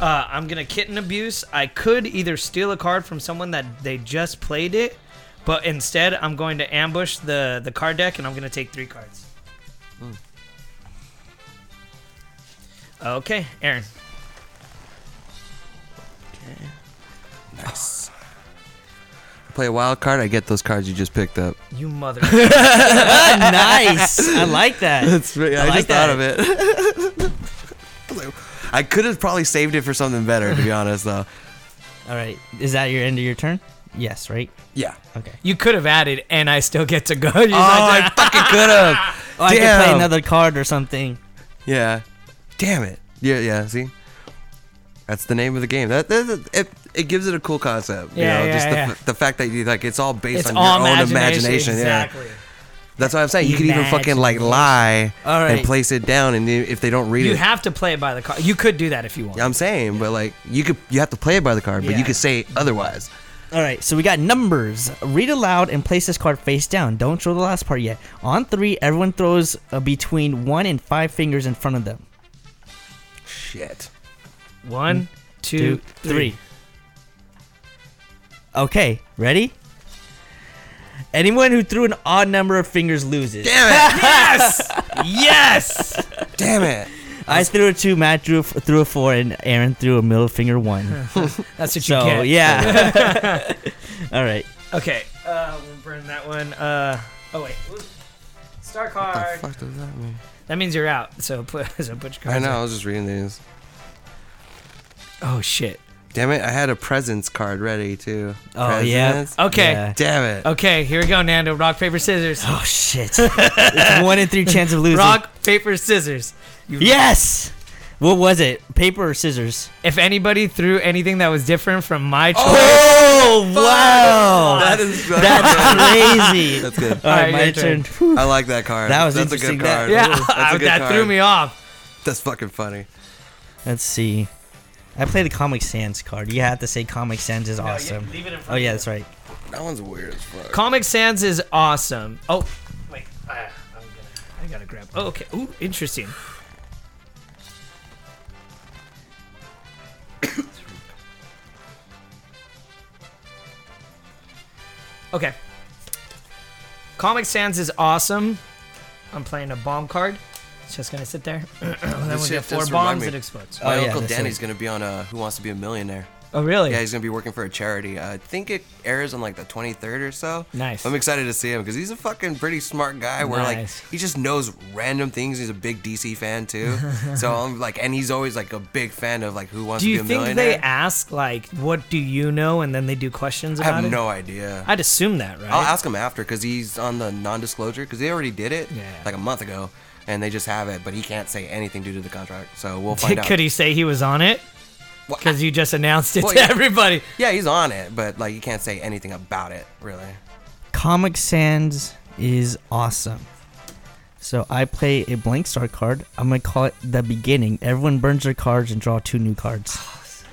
A: Uh, I'm gonna kitten abuse. I could either steal a card from someone that they just played it, but instead I'm going to ambush the the card deck and I'm gonna take three cards. Okay, Aaron.
B: Nice. Play a wild card. I get those cards you just picked up.
A: You mother.
C: Ah, nice. I like that.
B: That's I, I
C: like
B: just thought of it. I was like, I could have probably saved it for something better, to be honest, though.
C: All right. Is that your end of your turn? Yes, right?
B: Yeah.
C: Okay.
A: you could have added, and I still get to go. You're
B: Oh,
A: like,
B: I fucking could have.
C: Oh, I can play
B: Damn.
C: another card or something.
B: Yeah. Damn it. Yeah, yeah. See, that's the name of the game. That, that, that- it, it gives it a cool concept.
A: Yeah,
B: you know,
A: yeah,
B: just the,
A: yeah.
B: f- the fact that you like it's all based
A: it's
B: on
A: all
B: your
A: imagination.
B: own imagination. Yeah,
A: Exactly.
B: that's what I'm saying. You can even fucking like
C: Imagination.
B: lie
C: All right.
B: and place it down, and if they don't read
A: You
B: it,
A: have to play it by the card. You could do that if you want.
B: I'm saying, but like you could, you have to play it by the card, but
A: Yeah.
B: you could say otherwise.
C: All right, so we got numbers. Read aloud and place this card face down. Don't show the last part yet. On three, everyone throws uh, between one and five fingers in front of them.
B: Shit.
A: One, two,
C: Two, three. Okay, ready? Anyone who threw an odd number of fingers loses.
B: Damn it!
A: Yes.
B: Damn it!
C: I threw a two, Matt drew f- threw a four, and Aaron threw a middle finger one.
A: That's what you
C: so
A: get.
C: yeah. All right.
A: Okay. Uh, we'll burn that one. Uh, oh wait. Ooh. Star
B: What
A: card.
B: the fuck does that mean?
A: That means you're out. So put so put your cards.
B: I know.
A: up.
B: I was just reading these.
A: Oh shit.
B: Damn it! I had a presents card ready too.
C: Oh yeah.
B: Presents?
A: Okay.
C: Yeah.
B: Damn it!
A: Okay. Here we go, Nando. Rock paper scissors.
C: Oh shit. it's one in three chance of losing.
A: Rock paper scissors. You-
C: Yes. What was it? Paper or scissors?
A: If anybody threw anything that was different from my choice,
C: Oh wow.
B: That is.
C: That's crazy.
B: That's good.
C: All right,
A: Alright,
C: my
A: your
C: turn.
A: turn.
C: Whew.
B: I like that card.
C: That was
B: That's a
C: interesting.
B: good
C: That-
B: card.
A: yeah,
B: That's a good
A: that
B: card.
A: threw me off.
B: That's fucking funny.
C: Let's see. I play the Comic Sans card. You have to say Comic Sans is awesome.
A: leave it in front
C: Oh yeah, that's right.
B: That one's weird as fuck.
A: Comic Sans is awesome. Oh, wait. I, I'm gonna, I gotta grab. Oh, okay. Ooh, interesting. okay. Comic Sans is awesome. I'm playing a bomb card. It's just gonna sit there. then we
B: shit
A: get four
B: just remind
A: bombs.
B: me. Uh,
A: It explodes.
C: Oh,
B: My
C: yeah,
B: uncle
C: that's
B: Danny's gonna be on uh, Who Wants to Be a Millionaire.
A: Oh, really?
B: Yeah, he's gonna be working for a charity. I think it airs on like the 23rd or so.
A: Nice.
B: I'm excited to see him because he's a fucking pretty smart guy. Where
A: Nice.
B: like he just knows random things. He's a big DC fan too. so I'm like, and he's always like a big fan of like Who Wants
A: Do
B: to
A: you
B: Be a
A: think they
B: Millionaire.
A: ask like, "What do you know?" and then they do questions
B: I
A: about
B: have
A: it?
B: no idea.
A: I'd assume that, right?
B: I'll ask him after because he's on the non-disclosure because they already did it
A: Yeah.
B: like a month ago, and they just have it, but he can't say anything due to the contract. So we'll find out.
A: Could he say he was on it?
B: Well,
A: Because you just announced it
B: Well,
A: to
B: yeah.
A: everybody.
B: Yeah, he's on it, but like you can't say anything about it really.
C: Comic Sans is awesome. So I play a blank star card. I'm gonna call it the beginning. Everyone burns their cards and draw two new cards,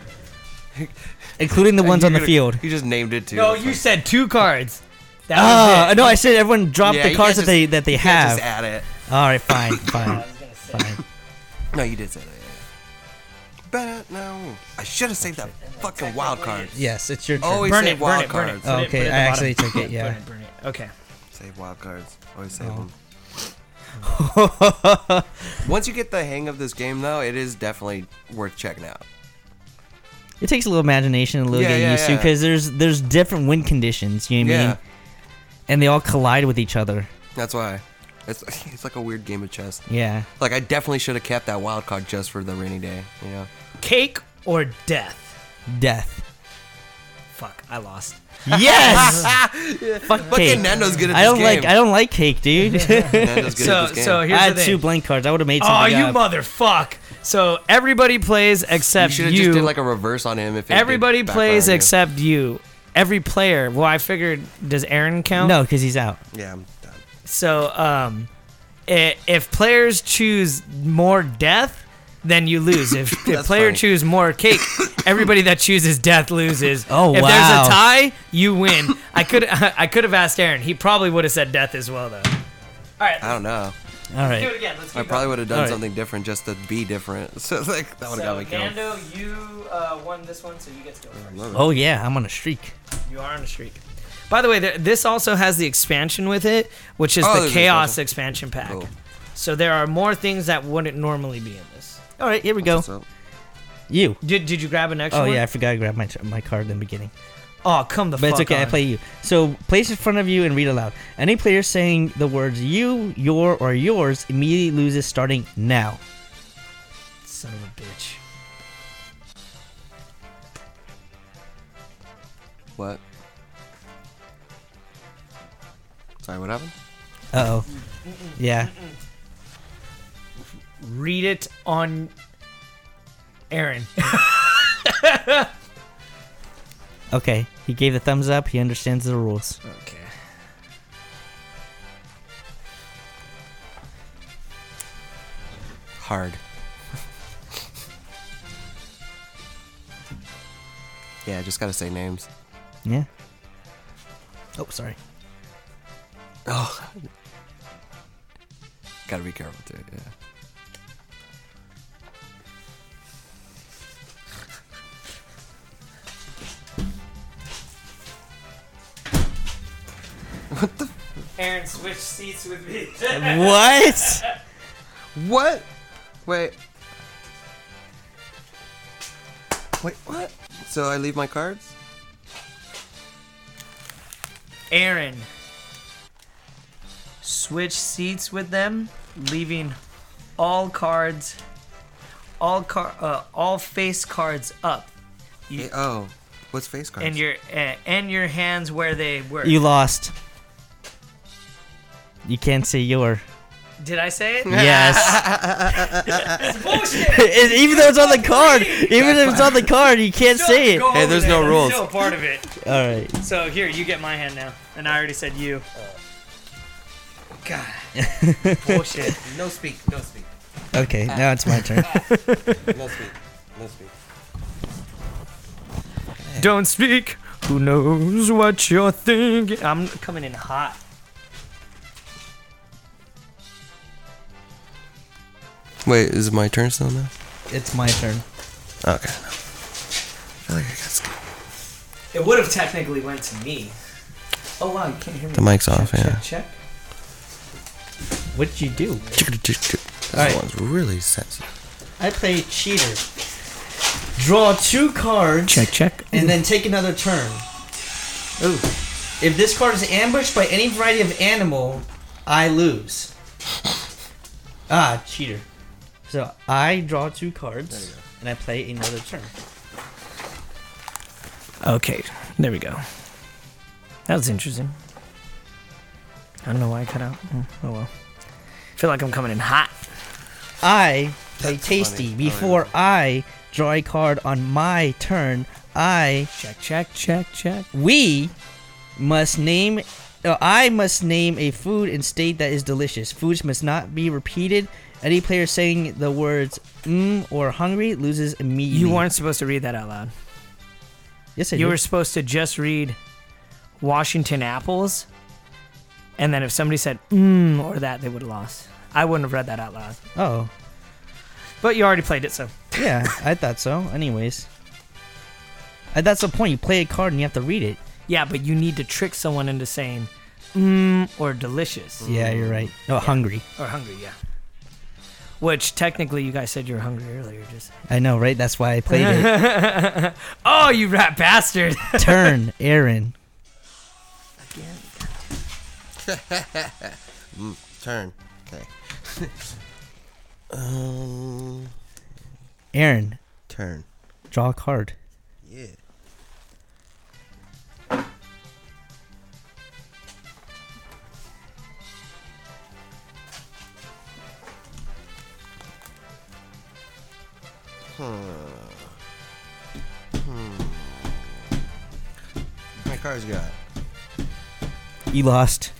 C: including the ones
B: You're
C: on the
B: gonna-
C: field.
B: You just named it too.
A: No, you said two cards. That
B: Ah,
C: Oh
A: was it.
C: no! I said everyone drop
B: Yeah,
C: the
B: you
C: cards that
B: can't
C: they
B: just-
C: that they
B: you can't
C: have.
B: Just add it.
C: All right, fine, fine, fine.
B: No, you did say that. Yeah. But no, I should have saved that fucking wild card.
C: Yes, it's your turn.
B: Always
A: Burn
B: save
A: it, burn
B: wild
A: it, burn
B: cards.
A: it. Put
C: Oh,
A: it-
C: okay,
A: put it at
C: I
A: the
C: actually
A: bottom.
C: took it, yeah.
A: Burn it, burn it. Okay.
B: Save wild cards. Always save
C: Oh.
B: them. Once you get the hang of this game, though, it is definitely worth checking out.
C: It takes a little imagination, and a little
B: Yeah,
C: getting
B: yeah,
C: used to,
B: yeah.
C: because there's there's different wind conditions. You know what I mean?
B: Yeah,
C: And they all collide with each other.
B: that's why. It's it's like a weird game of chess.
C: Yeah.
B: Like I definitely should have kept that wild card just for the rainy day. You know.
A: Cake or death?
C: Death.
A: Fuck, I lost.
C: Yes. Fuck cake.
B: Fucking Nando's good at this
C: I don't
B: game.
C: like I don't like cake, dude. I
B: Nando's good
A: So,
B: at this game.
A: so here's
C: had
A: the
C: two
A: thing.
C: blank cards. I would have made
A: oh,
C: something.
A: you
C: up.
A: motherfuck! So everybody plays except
B: you should have just did like a reverse on him if it did
A: everybody
B: backfire
A: plays
B: on you.
A: except you. Every player. Well, I figured. Does Aaron count?
C: No, because he's out.
B: Yeah, I'm done.
A: So, um, i- if players choose more death, then you lose. If the
B: That's
A: player
B: funny.
A: choose more cake, everybody that chooses death loses.
C: Oh,
A: If
C: wow.
A: there's a tie, you win. I could I could have asked Aaron. He probably would have said death as well, though. All right,
B: I
A: let's
B: don't know.
C: All
A: do it
C: right.
A: again. Let's
B: I
A: keep
B: probably would have done
C: Alright.
B: something different just to be different. So like that would have
A: going. So,
B: got me Mm, killed.
A: Nando, you uh, won this one, so you get to go first.
B: Love it.
C: Oh yeah, I'm on a streak.
A: You are on a streak. By the way, there, this also has the expansion with it, which is
B: Oh,
A: the
B: there's an
A: Chaos expansion pack.
B: Cool.
A: So there are more things that wouldn't normally be in this.
C: All right, here we go.
B: What's up?
C: You.
A: Did, did you grab an extra
C: Oh
A: one?
C: yeah, I forgot I grabbed my my card in the beginning.
A: Oh, come the
C: But
A: fuck
C: it's okay. I
A: on.
C: play you. So place in front of you and read aloud. Any player saying the words "you," "your," or "yours" immediately loses starting now.
A: Son of a bitch.
B: What? Sorry, what happened?
C: Uh oh. Yeah.
A: Read it on Aaron.
C: Okay. He gave the thumbs up. He understands the rules.
A: okay.
B: Hard. yeah, I just gotta say names.
C: Yeah. Oh, sorry.
B: Oh, gotta be careful too. Yeah.
A: Aaron, switch seats with me.
C: What?
B: What? Wait. Wait. What? So I leave my cards?
A: Aaron, switch seats with them, leaving all cards, all car, uh, all face cards up,
B: Eh, Oh, what's face cards?
A: and your uh, and your hands where they were.
C: You lost. You can't say your.
A: Did I say it?
C: Yes.
A: Bullshit.
C: And even though it's on the card, even if it's on the card, you can't say it.
A: Go
C: All
B: Hey,
A: over
B: there's
A: there.
B: no
A: I'm
B: rules.
A: Still a part of it.
C: right.
A: So here, you get my hand now, and I already said you. God. Bullshit.
B: no speak. No speak.
C: Okay, now it's my turn.
B: No speak. No speak.
A: Don't speak. Who knows what you're thinking? I'm coming in hot.
B: Wait, is it my turn still now?
C: It's my turn.
B: Okay. I feel like I got scared.
A: It would have technically went to me. Oh wow, you can't hear me.
B: The mic's off,
A: Check,
B: yeah.
A: check.
C: What'd you do?
B: That
C: Alright.
B: one's really sensitive.
C: I play cheater. Draw two cards
A: Check, check.
C: and then take another turn. Ooh. If this card is ambushed by any variety of animal, I lose. Ah, cheater. So I draw two cards and I play another turn.
A: Okay, there we go. That was interesting. I don't know why I cut out. Mm, Oh well. I feel like I'm coming in hot.
C: I play
B: That's
C: tasty.
B: funny.
C: Before
B: Oh,
C: I draw a card on my turn, I
A: Check, check, check, check.
C: we must name uh, i must name a food and state that is delicious foods must not be repeated any player saying the words mm or hungry loses immediately
A: You weren't supposed to read that out loud.
C: yes I
A: You
C: did.
A: were supposed to just read Washington apples, and then if somebody said mmm or that, they would have lost. I wouldn't have read that out loud.
C: oh
A: But you already played it, so
C: yeah i thought so anyways Uh, that's the point you play a card and you have to read it
A: yeah. But you need to trick someone into saying mmm or delicious
C: yeah you're right no hungry
A: or hungry, yeah. Which technically, you guys said you were hungry earlier. Just
C: i know right that's why i played it
A: oh, you rat bastard!
C: turn aaron
B: Turn. Okay. um,
C: aaron
B: turn.
C: draw a card
B: Yeah. Hmm. Hmm. My car's got.
C: you lost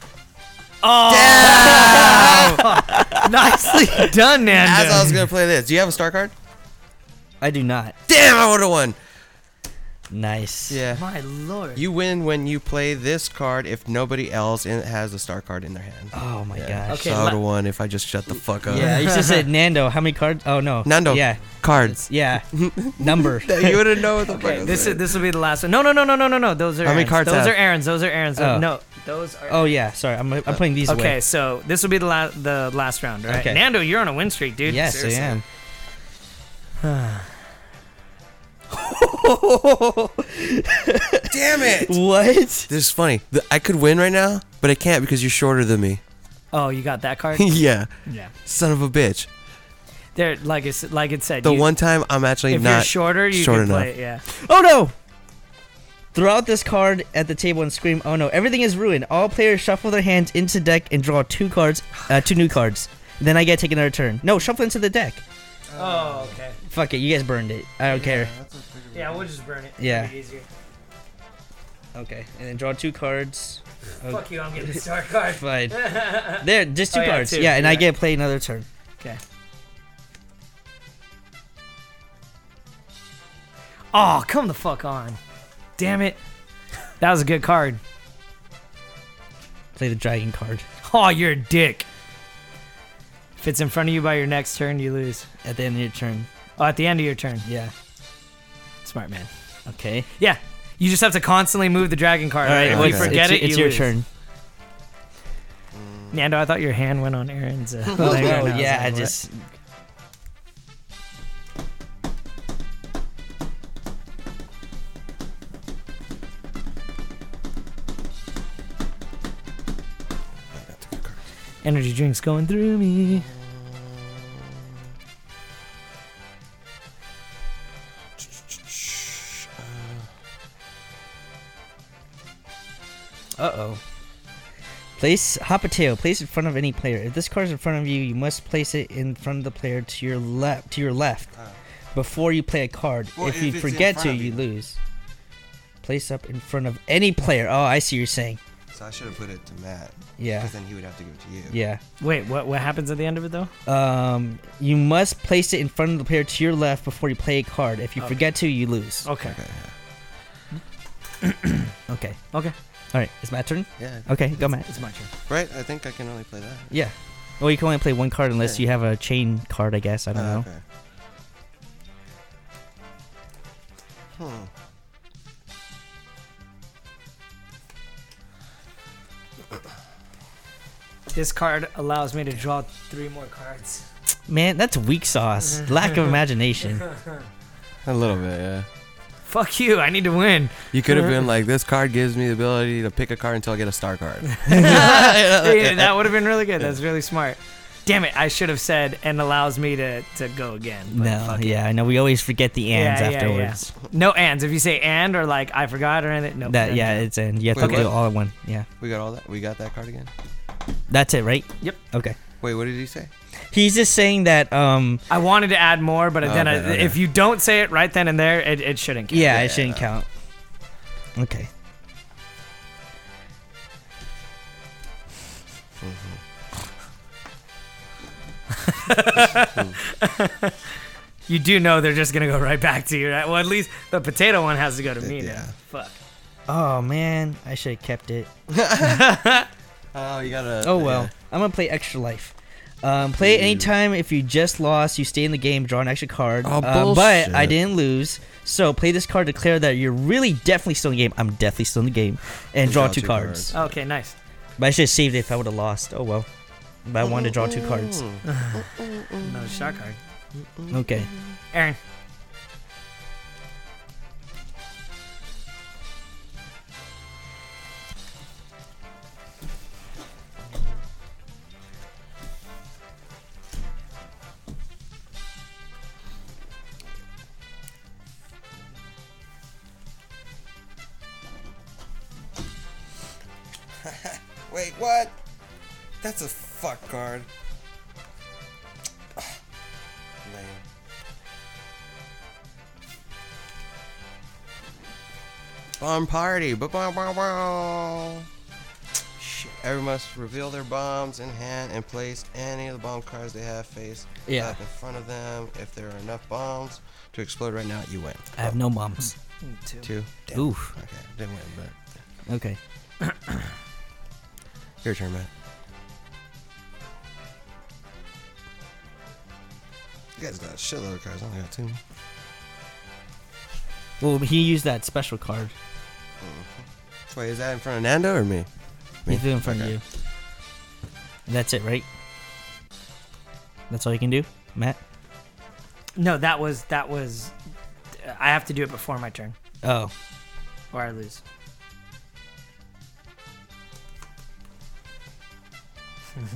A: Nicely done, Nando.
B: As I was gonna play this, do you have a star card?
C: i do not
B: Damn, I would have won.
C: nice
B: Yeah.
A: My lord.
B: You win when you play this card if nobody else in, has a star card in their hand.
C: oh my gosh
A: Okay,
B: so I would
A: la-
B: have won if I just shut the fuck up.
C: Yeah, you just said Nando. How many cards? Oh no,
B: Nando.
C: Yeah,
B: Cards.
C: yeah. Number.
B: you would have known what the fuck. I
A: Okay,
B: was
A: this
B: saying.
A: is this will be the last one. No, no, no, no, no, no, no. Those are
B: How many
A: Aaron's.
B: cards
A: Those
B: have?
A: are Aaron's. Those are Aaron's.
C: Oh.
A: No, those are.
C: Oh yeah, sorry. I'm, I'm playing these
A: okay,
C: away.
A: so this will be the last the last round, right?
C: Okay.
A: Nando, you're on a win streak, dude.
C: Yes,
B: seriously.
C: I am.
B: Damn it.
C: What?
B: This is funny. The- I could win right now, but I can't because you're shorter than me.
A: Oh, you got that card.
B: yeah.
A: yeah.
B: Son of a bitch.
A: There, like it's like it said.
B: The
A: you-
B: one time I'm actually
A: If
B: not.
A: you're shorter, you
B: short
A: can
B: enough.
A: play it. Yeah.
C: Oh no! Throw out this card at the table and scream, "Oh no!" Everything is ruined. All players shuffle their hands into deck and draw two cards, uh, two new cards. Then I get to take another turn. No, shuffle into the deck.
A: Oh, okay.
C: Fuck it, you guys burned it. I don't care.
A: Yeah, we'll just burn it.
C: Yeah.
A: Make it easier.
C: Okay, and then draw two cards. Oh.
A: Fuck you. I'm getting the star card.
C: Fine. there, just two
A: Oh, yeah,
C: cards.
A: two,
C: Yeah, and I
A: yeah.
C: get to play another turn.
A: Okay. Oh, come the fuck on. Damn it. That was a good card.
C: Play the dragon card.
A: Oh, you're a dick. If it's in front of you by your next turn, you lose.
C: At the end of your turn.
A: Oh, at the end of your turn.
C: Yeah.
A: Smart man.
C: Okay.
A: Yeah. You just have to constantly move the dragon card.
C: All right.
A: If
B: well,
A: you
C: what's-
A: forget
C: it's,
A: it,
C: It's
A: you
C: your
A: lose.
C: turn.
A: Nando, I thought your hand went on Aaron's. Uh,
C: Oh,
A: leg right now. I was
C: yeah.
A: like,
C: I
A: what?
C: just.
A: Energy drinks going through me.
C: Uh oh. Place Hapateo. Place in front of any player. If this card is in front of you, you must place it in front of the player to your left. To your left,
B: Oh,
C: before you play a card.
B: Well,
C: if,
B: if
C: you
B: it's in
C: forget
B: front
C: to,
B: of
C: you
B: you.
C: lose. Place up in front of any player. Oh, I see. You're saying.
B: So I should have put it to Matt.
C: Yeah.
B: then he would have to give it to you.
C: Yeah.
A: Wait, what? What happens at the end of it though?
C: Um, you must place it in front of the player to your left before you play a card. If you
A: Okay. Oh.
C: forget to, you lose.
A: Okay.
C: Okay.
A: Okay.
C: All right. It's my turn.
B: Yeah.
C: Okay. Go, Matt.
A: It's my turn.
B: Right? I think I can only play that.
C: Yeah. Well, you can only play one card unless
B: Yeah.
C: you have a chain card, I guess. I don't
A: Uh,
B: Oh,
C: know.
B: okay. Hmm.
A: This card allows me to draw three more cards.
C: Man, that's weak sauce. Lack of imagination.
B: Hmm. A little bit, yeah.
A: Fuck you! I need to win.
B: You could have been like, this card gives me the ability to pick a card until I get a star card.
A: Yeah, that would have been really good. That's really smart. Damn it! I should have said and allows me to to go again. but
C: no,
A: fuck it.
C: yeah, I know. We always forget the ands
A: Yeah, yeah,
C: afterwards.
A: No ands. If you say and or like I forgot or anything, no.
C: That yeah, it's and you have to
B: Wait,
C: do it
B: what?
C: all at one. Yeah,
B: we got all that? We got that card again?
C: that's it, right?
A: Yep.
C: Okay.
B: Wait, what did he say?
C: He's just saying that. Um.
A: I wanted to add more, but then I,
B: Okay, okay.
A: if you don't say it right then and there, it, it shouldn't count.
C: Yeah,
B: Yeah.
C: it shouldn't count. Okay.
A: You do know they're just gonna go right back to you, right? Well, at least the potato one has to go to me
B: Yeah.
A: now. Fuck.
C: Oh man, I should have kept it.
B: Oh, you got a.
C: Oh well. I'm gonna play extra life. Um, play at any time if you just lost, you stay in the game, draw an extra card.
B: Oh,
C: Uh, but I
B: bullshit.
C: didn't lose, so play this card to declare that you're really definitely still in the game. I'm definitely still in the game, and draw, two, cards.
A: Okay, nice.
C: But I should have saved it if I would have lost. Oh well. But I wanted to draw two cards.
B: Hmm.
A: Another shot card.
C: Okay.
A: Aaron,
B: Wait, what? That's a fuck card. Lame. Bomb party. Ba- bow- bow- bow.
A: Shit.
B: Everyone must reveal their bombs in hand and place any of the bomb cards they have face
C: Yeah.
B: up in front of them. If there are enough bombs to explode right now, you win.
C: I have no moms.
A: two.
B: Two. Damn.
C: Oof.
B: Okay, didn't win, but
C: Okay.
B: your turn, man. You guys got a shitload of cards. I only got two.
C: Well, he used that special card.
B: Wait, is that in front of Nando or me? Me?
C: He threw it in front
B: Okay.
C: of you. That's it, right? That's all you can do, Matt.
A: No, that was that was. I have to do it before my turn,
C: Oh.
A: or I lose.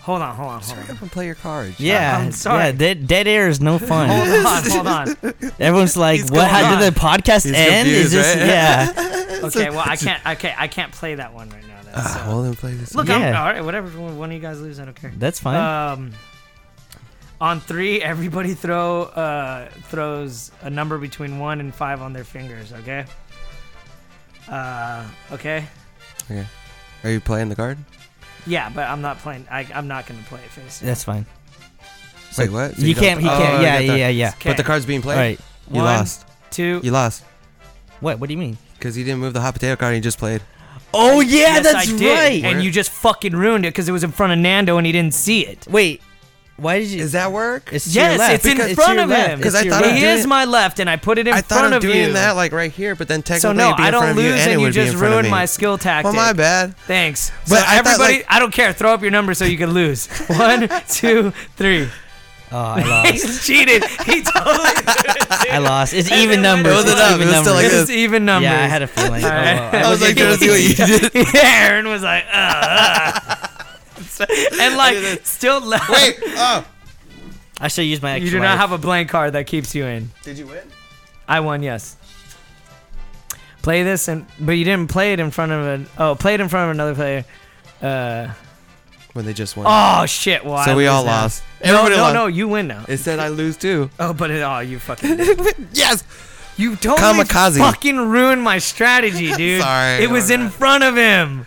A: Hold on, hold on, hold
B: Hurry
A: on.
B: up and play your cards.
C: Yeah,
A: I'm sorry.
C: yeah. Dead, dead air is no fun.
A: Hold on, hold on.
C: Everyone's like,
B: He's
C: "What? How
A: going
C: did the podcast
B: He's
C: end?" Is
B: confused,
C: this
B: right?
C: yeah?
A: Okay, well, I can't. Okay, I can't play that one right now. Though, so.
B: Ah, well, then play this.
A: Look, Uh,
C: Yeah.
A: I'm, all right, whatever. One of you guys lose, I don't care.
C: That's fine.
A: Um, On three, everybody throw uh, throws a number between one and five on their fingers. Okay. Uh, okay.
B: Okay. Are you playing the card?
A: Yeah, but I'm not playing. I, I'm not gonna play it face.
C: That's fine.
B: Wait, what? So
C: you
B: don't-
C: can't. He
B: oh,
C: can't.
B: I
C: Yeah,
B: got that.
C: yeah, yeah.
A: Okay.
B: But the card's being
C: All
B: played.
C: right.
B: You
A: One,
B: lost.
A: Two.
B: You lost
C: What? What do you mean?
B: because he didn't move the hot potato card. He just played.
C: Oh yeah,
A: Yes,
C: that's
A: I did.
C: right.
A: And you just fucking ruined it because it was in front of Nando and he didn't see it.
C: Wait, why did you?
B: Does that work?
C: It's to
A: Yes,
C: your left.
A: it's in
C: Because-
A: front
C: to your
A: of
C: left.
A: him.
C: It's
B: 'Cause I
C: to your
B: thought I
C: left.
A: He
B: did-
A: is my left, and I put it in
B: I
A: front
B: thought I'm
A: of
B: doing
A: you.
B: that like right here, but then
A: so
B: technically
A: no,
B: it'd be in
A: I
B: front
A: don't
B: of you,
A: lose,
B: and, it
A: you
B: would be
A: just
B: in front of
A: ruined
B: me.
A: my skill tactic.
B: Well, my bad.
A: Thanks. so
B: But I thought,
A: everybody,
B: like-
A: I don't care. Throw up your number so you can lose. One, two, three.
C: Oh, I
B: Uh,
C: lost.
A: He cheated. He totally.
C: I lost. It's
A: And it
C: even
A: went
C: numbers.
A: up. It
C: It's
A: was
C: even
B: still
C: numbers.
B: like
A: it's
B: this.
A: even numbers.
C: Yeah, I had a feeling. Oh,
A: I
C: well,
B: I was like trying to
C: wasn't
B: see what
C: thinking-
B: you did.
A: Aaron was like, uh, uh. and like still left.
B: Wait, oh,
C: I should use my. Extra
A: you do not
C: life.
A: have a blank card that keeps you in.
B: did you win?
A: I won, yes. Play this and but you didn't play it in front of an oh play it in front of another player. Uh,
B: When they just won.
A: oh shit! Well, I
B: so we
A: lose
B: all
A: now.
B: lost.
A: No,
B: Everybody
A: no,
B: lost.
A: no, you win now.
B: It said I lose too.
A: Oh, but it, oh, you fucking did.
B: Yes.
A: you totally
B: Kamikaze.
A: fucking ruined my strategy, dude.
B: Sorry,
A: it was
B: my
A: in front of him.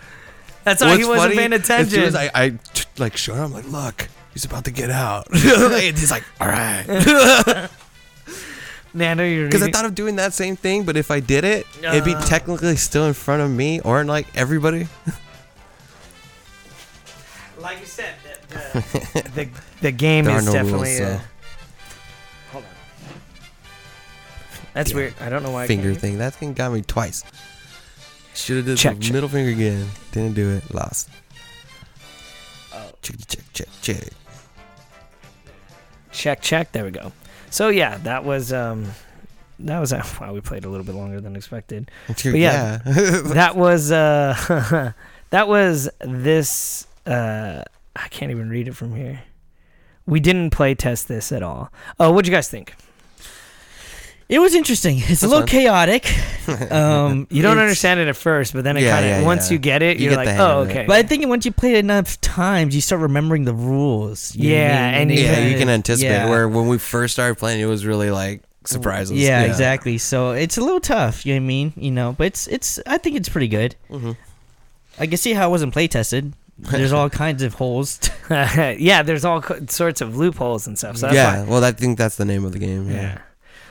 A: That's why he
B: What's
A: wasn't
B: funny
A: paying
B: is as soon
A: attention.
B: as I, I t- like showed him, I'm like, look, he's about to get out. and he's like, all right.
A: Nando, you're
B: Because I
A: reading-
B: thought of doing that same thing, but if I did it, it'd be
A: Uh.
B: technically still in front of me or in like everybody.
A: like you said, the the, the, the game
B: There are
A: is
B: no rules,
A: definitely. uh,
B: so.
A: hold on. That's
B: Damn.
A: weird. I don't know why. I can't
B: finger
A: hear-
B: thing. That thing got me twice. Should have did
A: Check,
B: the
A: check.
B: middle finger again. Didn't do it. Lost.
A: Oh.
B: Check, check, check, check.
A: check check there we go so yeah that was um that was uh, wow we played a little bit longer than expected
B: check.
A: yeah.
B: yeah.
A: that was uh that was this uh i can't even read it from here we didn't play test this at all oh what'd you guys think
C: It was interesting. It's a
B: That's
C: little
B: fun.
C: chaotic. Um,
A: you don't
C: it's-
A: understand it at first but then it
B: Yeah,
A: kind of
B: yeah,
A: once
B: yeah.
A: you get it
B: You
A: are
B: get the
A: like
B: hang
A: oh
B: of it.
A: okay
C: But I think once you play it enough times, you start remembering the rules. You know what I
A: Yeah,
C: mean?
A: and
B: yeah,
A: even-
B: you can anticipate.
C: yeah.
B: Where when we first started playing, it was really like surprises.
C: Yeah, exactly. So it's a little tough. You know what I mean? You know, but it's it's. I think it's pretty good.
B: Mhm.
C: I can see how it wasn't play tested. There's all kinds of holes.
A: yeah there's all co- sorts of loopholes and stuff so that's
B: yeah.
A: why
B: Well, I think that's the name of the game.
A: yeah,
B: Yeah.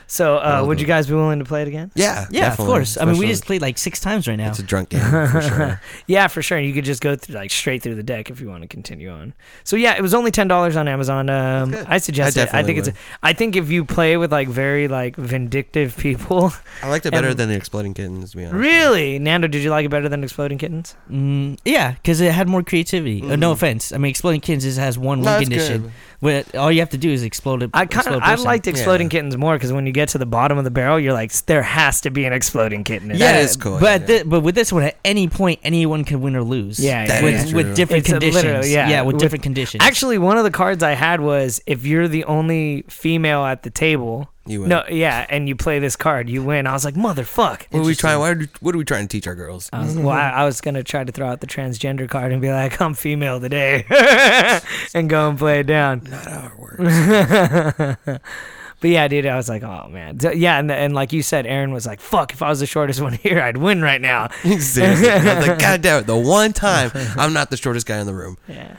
A: so uh,
B: Well,
A: would you guys be willing to play it again
B: Yeah.
C: yeah,
B: definitely.
C: of course. I mean, we
B: Especially-
C: just played like six times right now.
B: It's a drunk game for sure.
A: Yeah, for sure. And you could just go through like straight through the deck if you want to continue on. So yeah, it was only ten dollars on Amazon. Um,
B: That's good.
A: I suggest
B: I
A: it. I
B: definitely
A: think it's. I think if you play with like very like vindictive people,
B: I liked it better
A: And-
B: than the exploding kittens. To be honest.
A: Um, really, Nando, did you like it better than Exploding Kittens?
C: Mm, yeah, because it had more creativity. Uh, no
B: Mhm.
C: offense. I mean, exploding kittens just has one
B: No,
C: win
B: it's
C: condition.
B: good.
C: Where all you have to do is explode it.
A: I kind of
C: explode
A: I
C: person.
A: liked Exploding
B: Yeah.
A: Kittens more because when you get to the bottom of the barrel, you're like, there has to be an Exploding Kitten. In
B: Yeah,
A: it.
B: is cool,
C: But
B: yeah.
C: thi- but with this one, at any point, anyone can win or lose.
A: Yeah, yeah,
C: with,
A: yeah.
C: with different
A: It's a literal-
C: conditions.
A: yeah.
C: yeah. with
A: With-
C: different conditions.
A: Actually, one of the cards I had was if you're the only female at the table.
B: You win.
A: No, yeah, and you play this card, you win. I was like, motherfuck.
B: What are we trying? What are, we- what are we trying to teach our girls?
A: I was, well, I, I was gonna try to throw out the transgender card and be like, "I'm female today," and go and play it down.
B: Not how it works.
A: but yeah, dude, I was like, "Oh man, So, yeah." And, and like you said, Aaron was like, "Fuck, if I was the shortest one here, I'd win right now."
B: Seriously. I was like, God damn it. The one time I'm not the shortest guy in the room.
A: Yeah.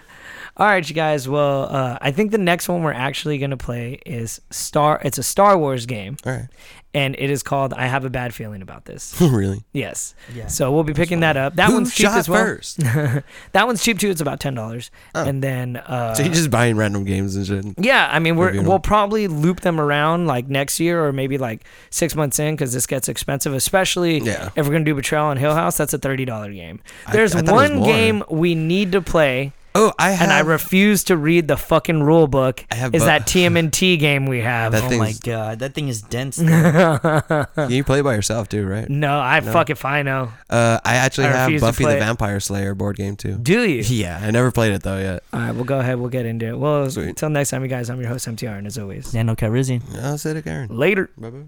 A: All right, you guys. Well, uh, I think the next one we're actually gonna play is Star. It's a Star Wars game,
B: All right.
A: and it is called "I Have a Bad Feeling About This."
B: really?
A: Yes.
C: Yeah.
A: So we'll be picking that up. That
B: Who
A: one's cheap
B: shot
A: as well.
B: first? Oh.
A: That one's cheap too. It's about ten dollars. And then uh,
B: so you're just buying random games and shit.
A: Yeah, I mean, we're,
B: Reviewing
A: we'll
B: them.
A: probably loop them around like next year or maybe like six months in because this gets expensive, especially
B: Yeah.
A: if we're going to do Betrayal on Hill House. That's a $30 game.
B: I-
A: There's
B: I thought it was
A: one
B: more.
A: game we need to play,
B: Oh, I have.
A: and I refuse to read the fucking rule book,
B: I have
A: is
B: bu-
A: that TMNT game we have.
B: That
C: oh my
B: thing's-
C: god, that thing is dense.
B: you play by yourself too, right?
A: no, I fuck if I know.
B: Uh, I actually
A: I
B: have
A: refuse to
B: Buffy the
A: play it.
B: Vampire Slayer board game too.
A: Do you?
B: Yeah, I never played it though yet.
A: All right, we'll go ahead. We'll get into it. Well,
B: Sweet.
A: until next time, you guys, I'm your host, MTR, and as always,
C: Nano Calrissian.
B: I'll say it again.
A: later.
B: Bye bye.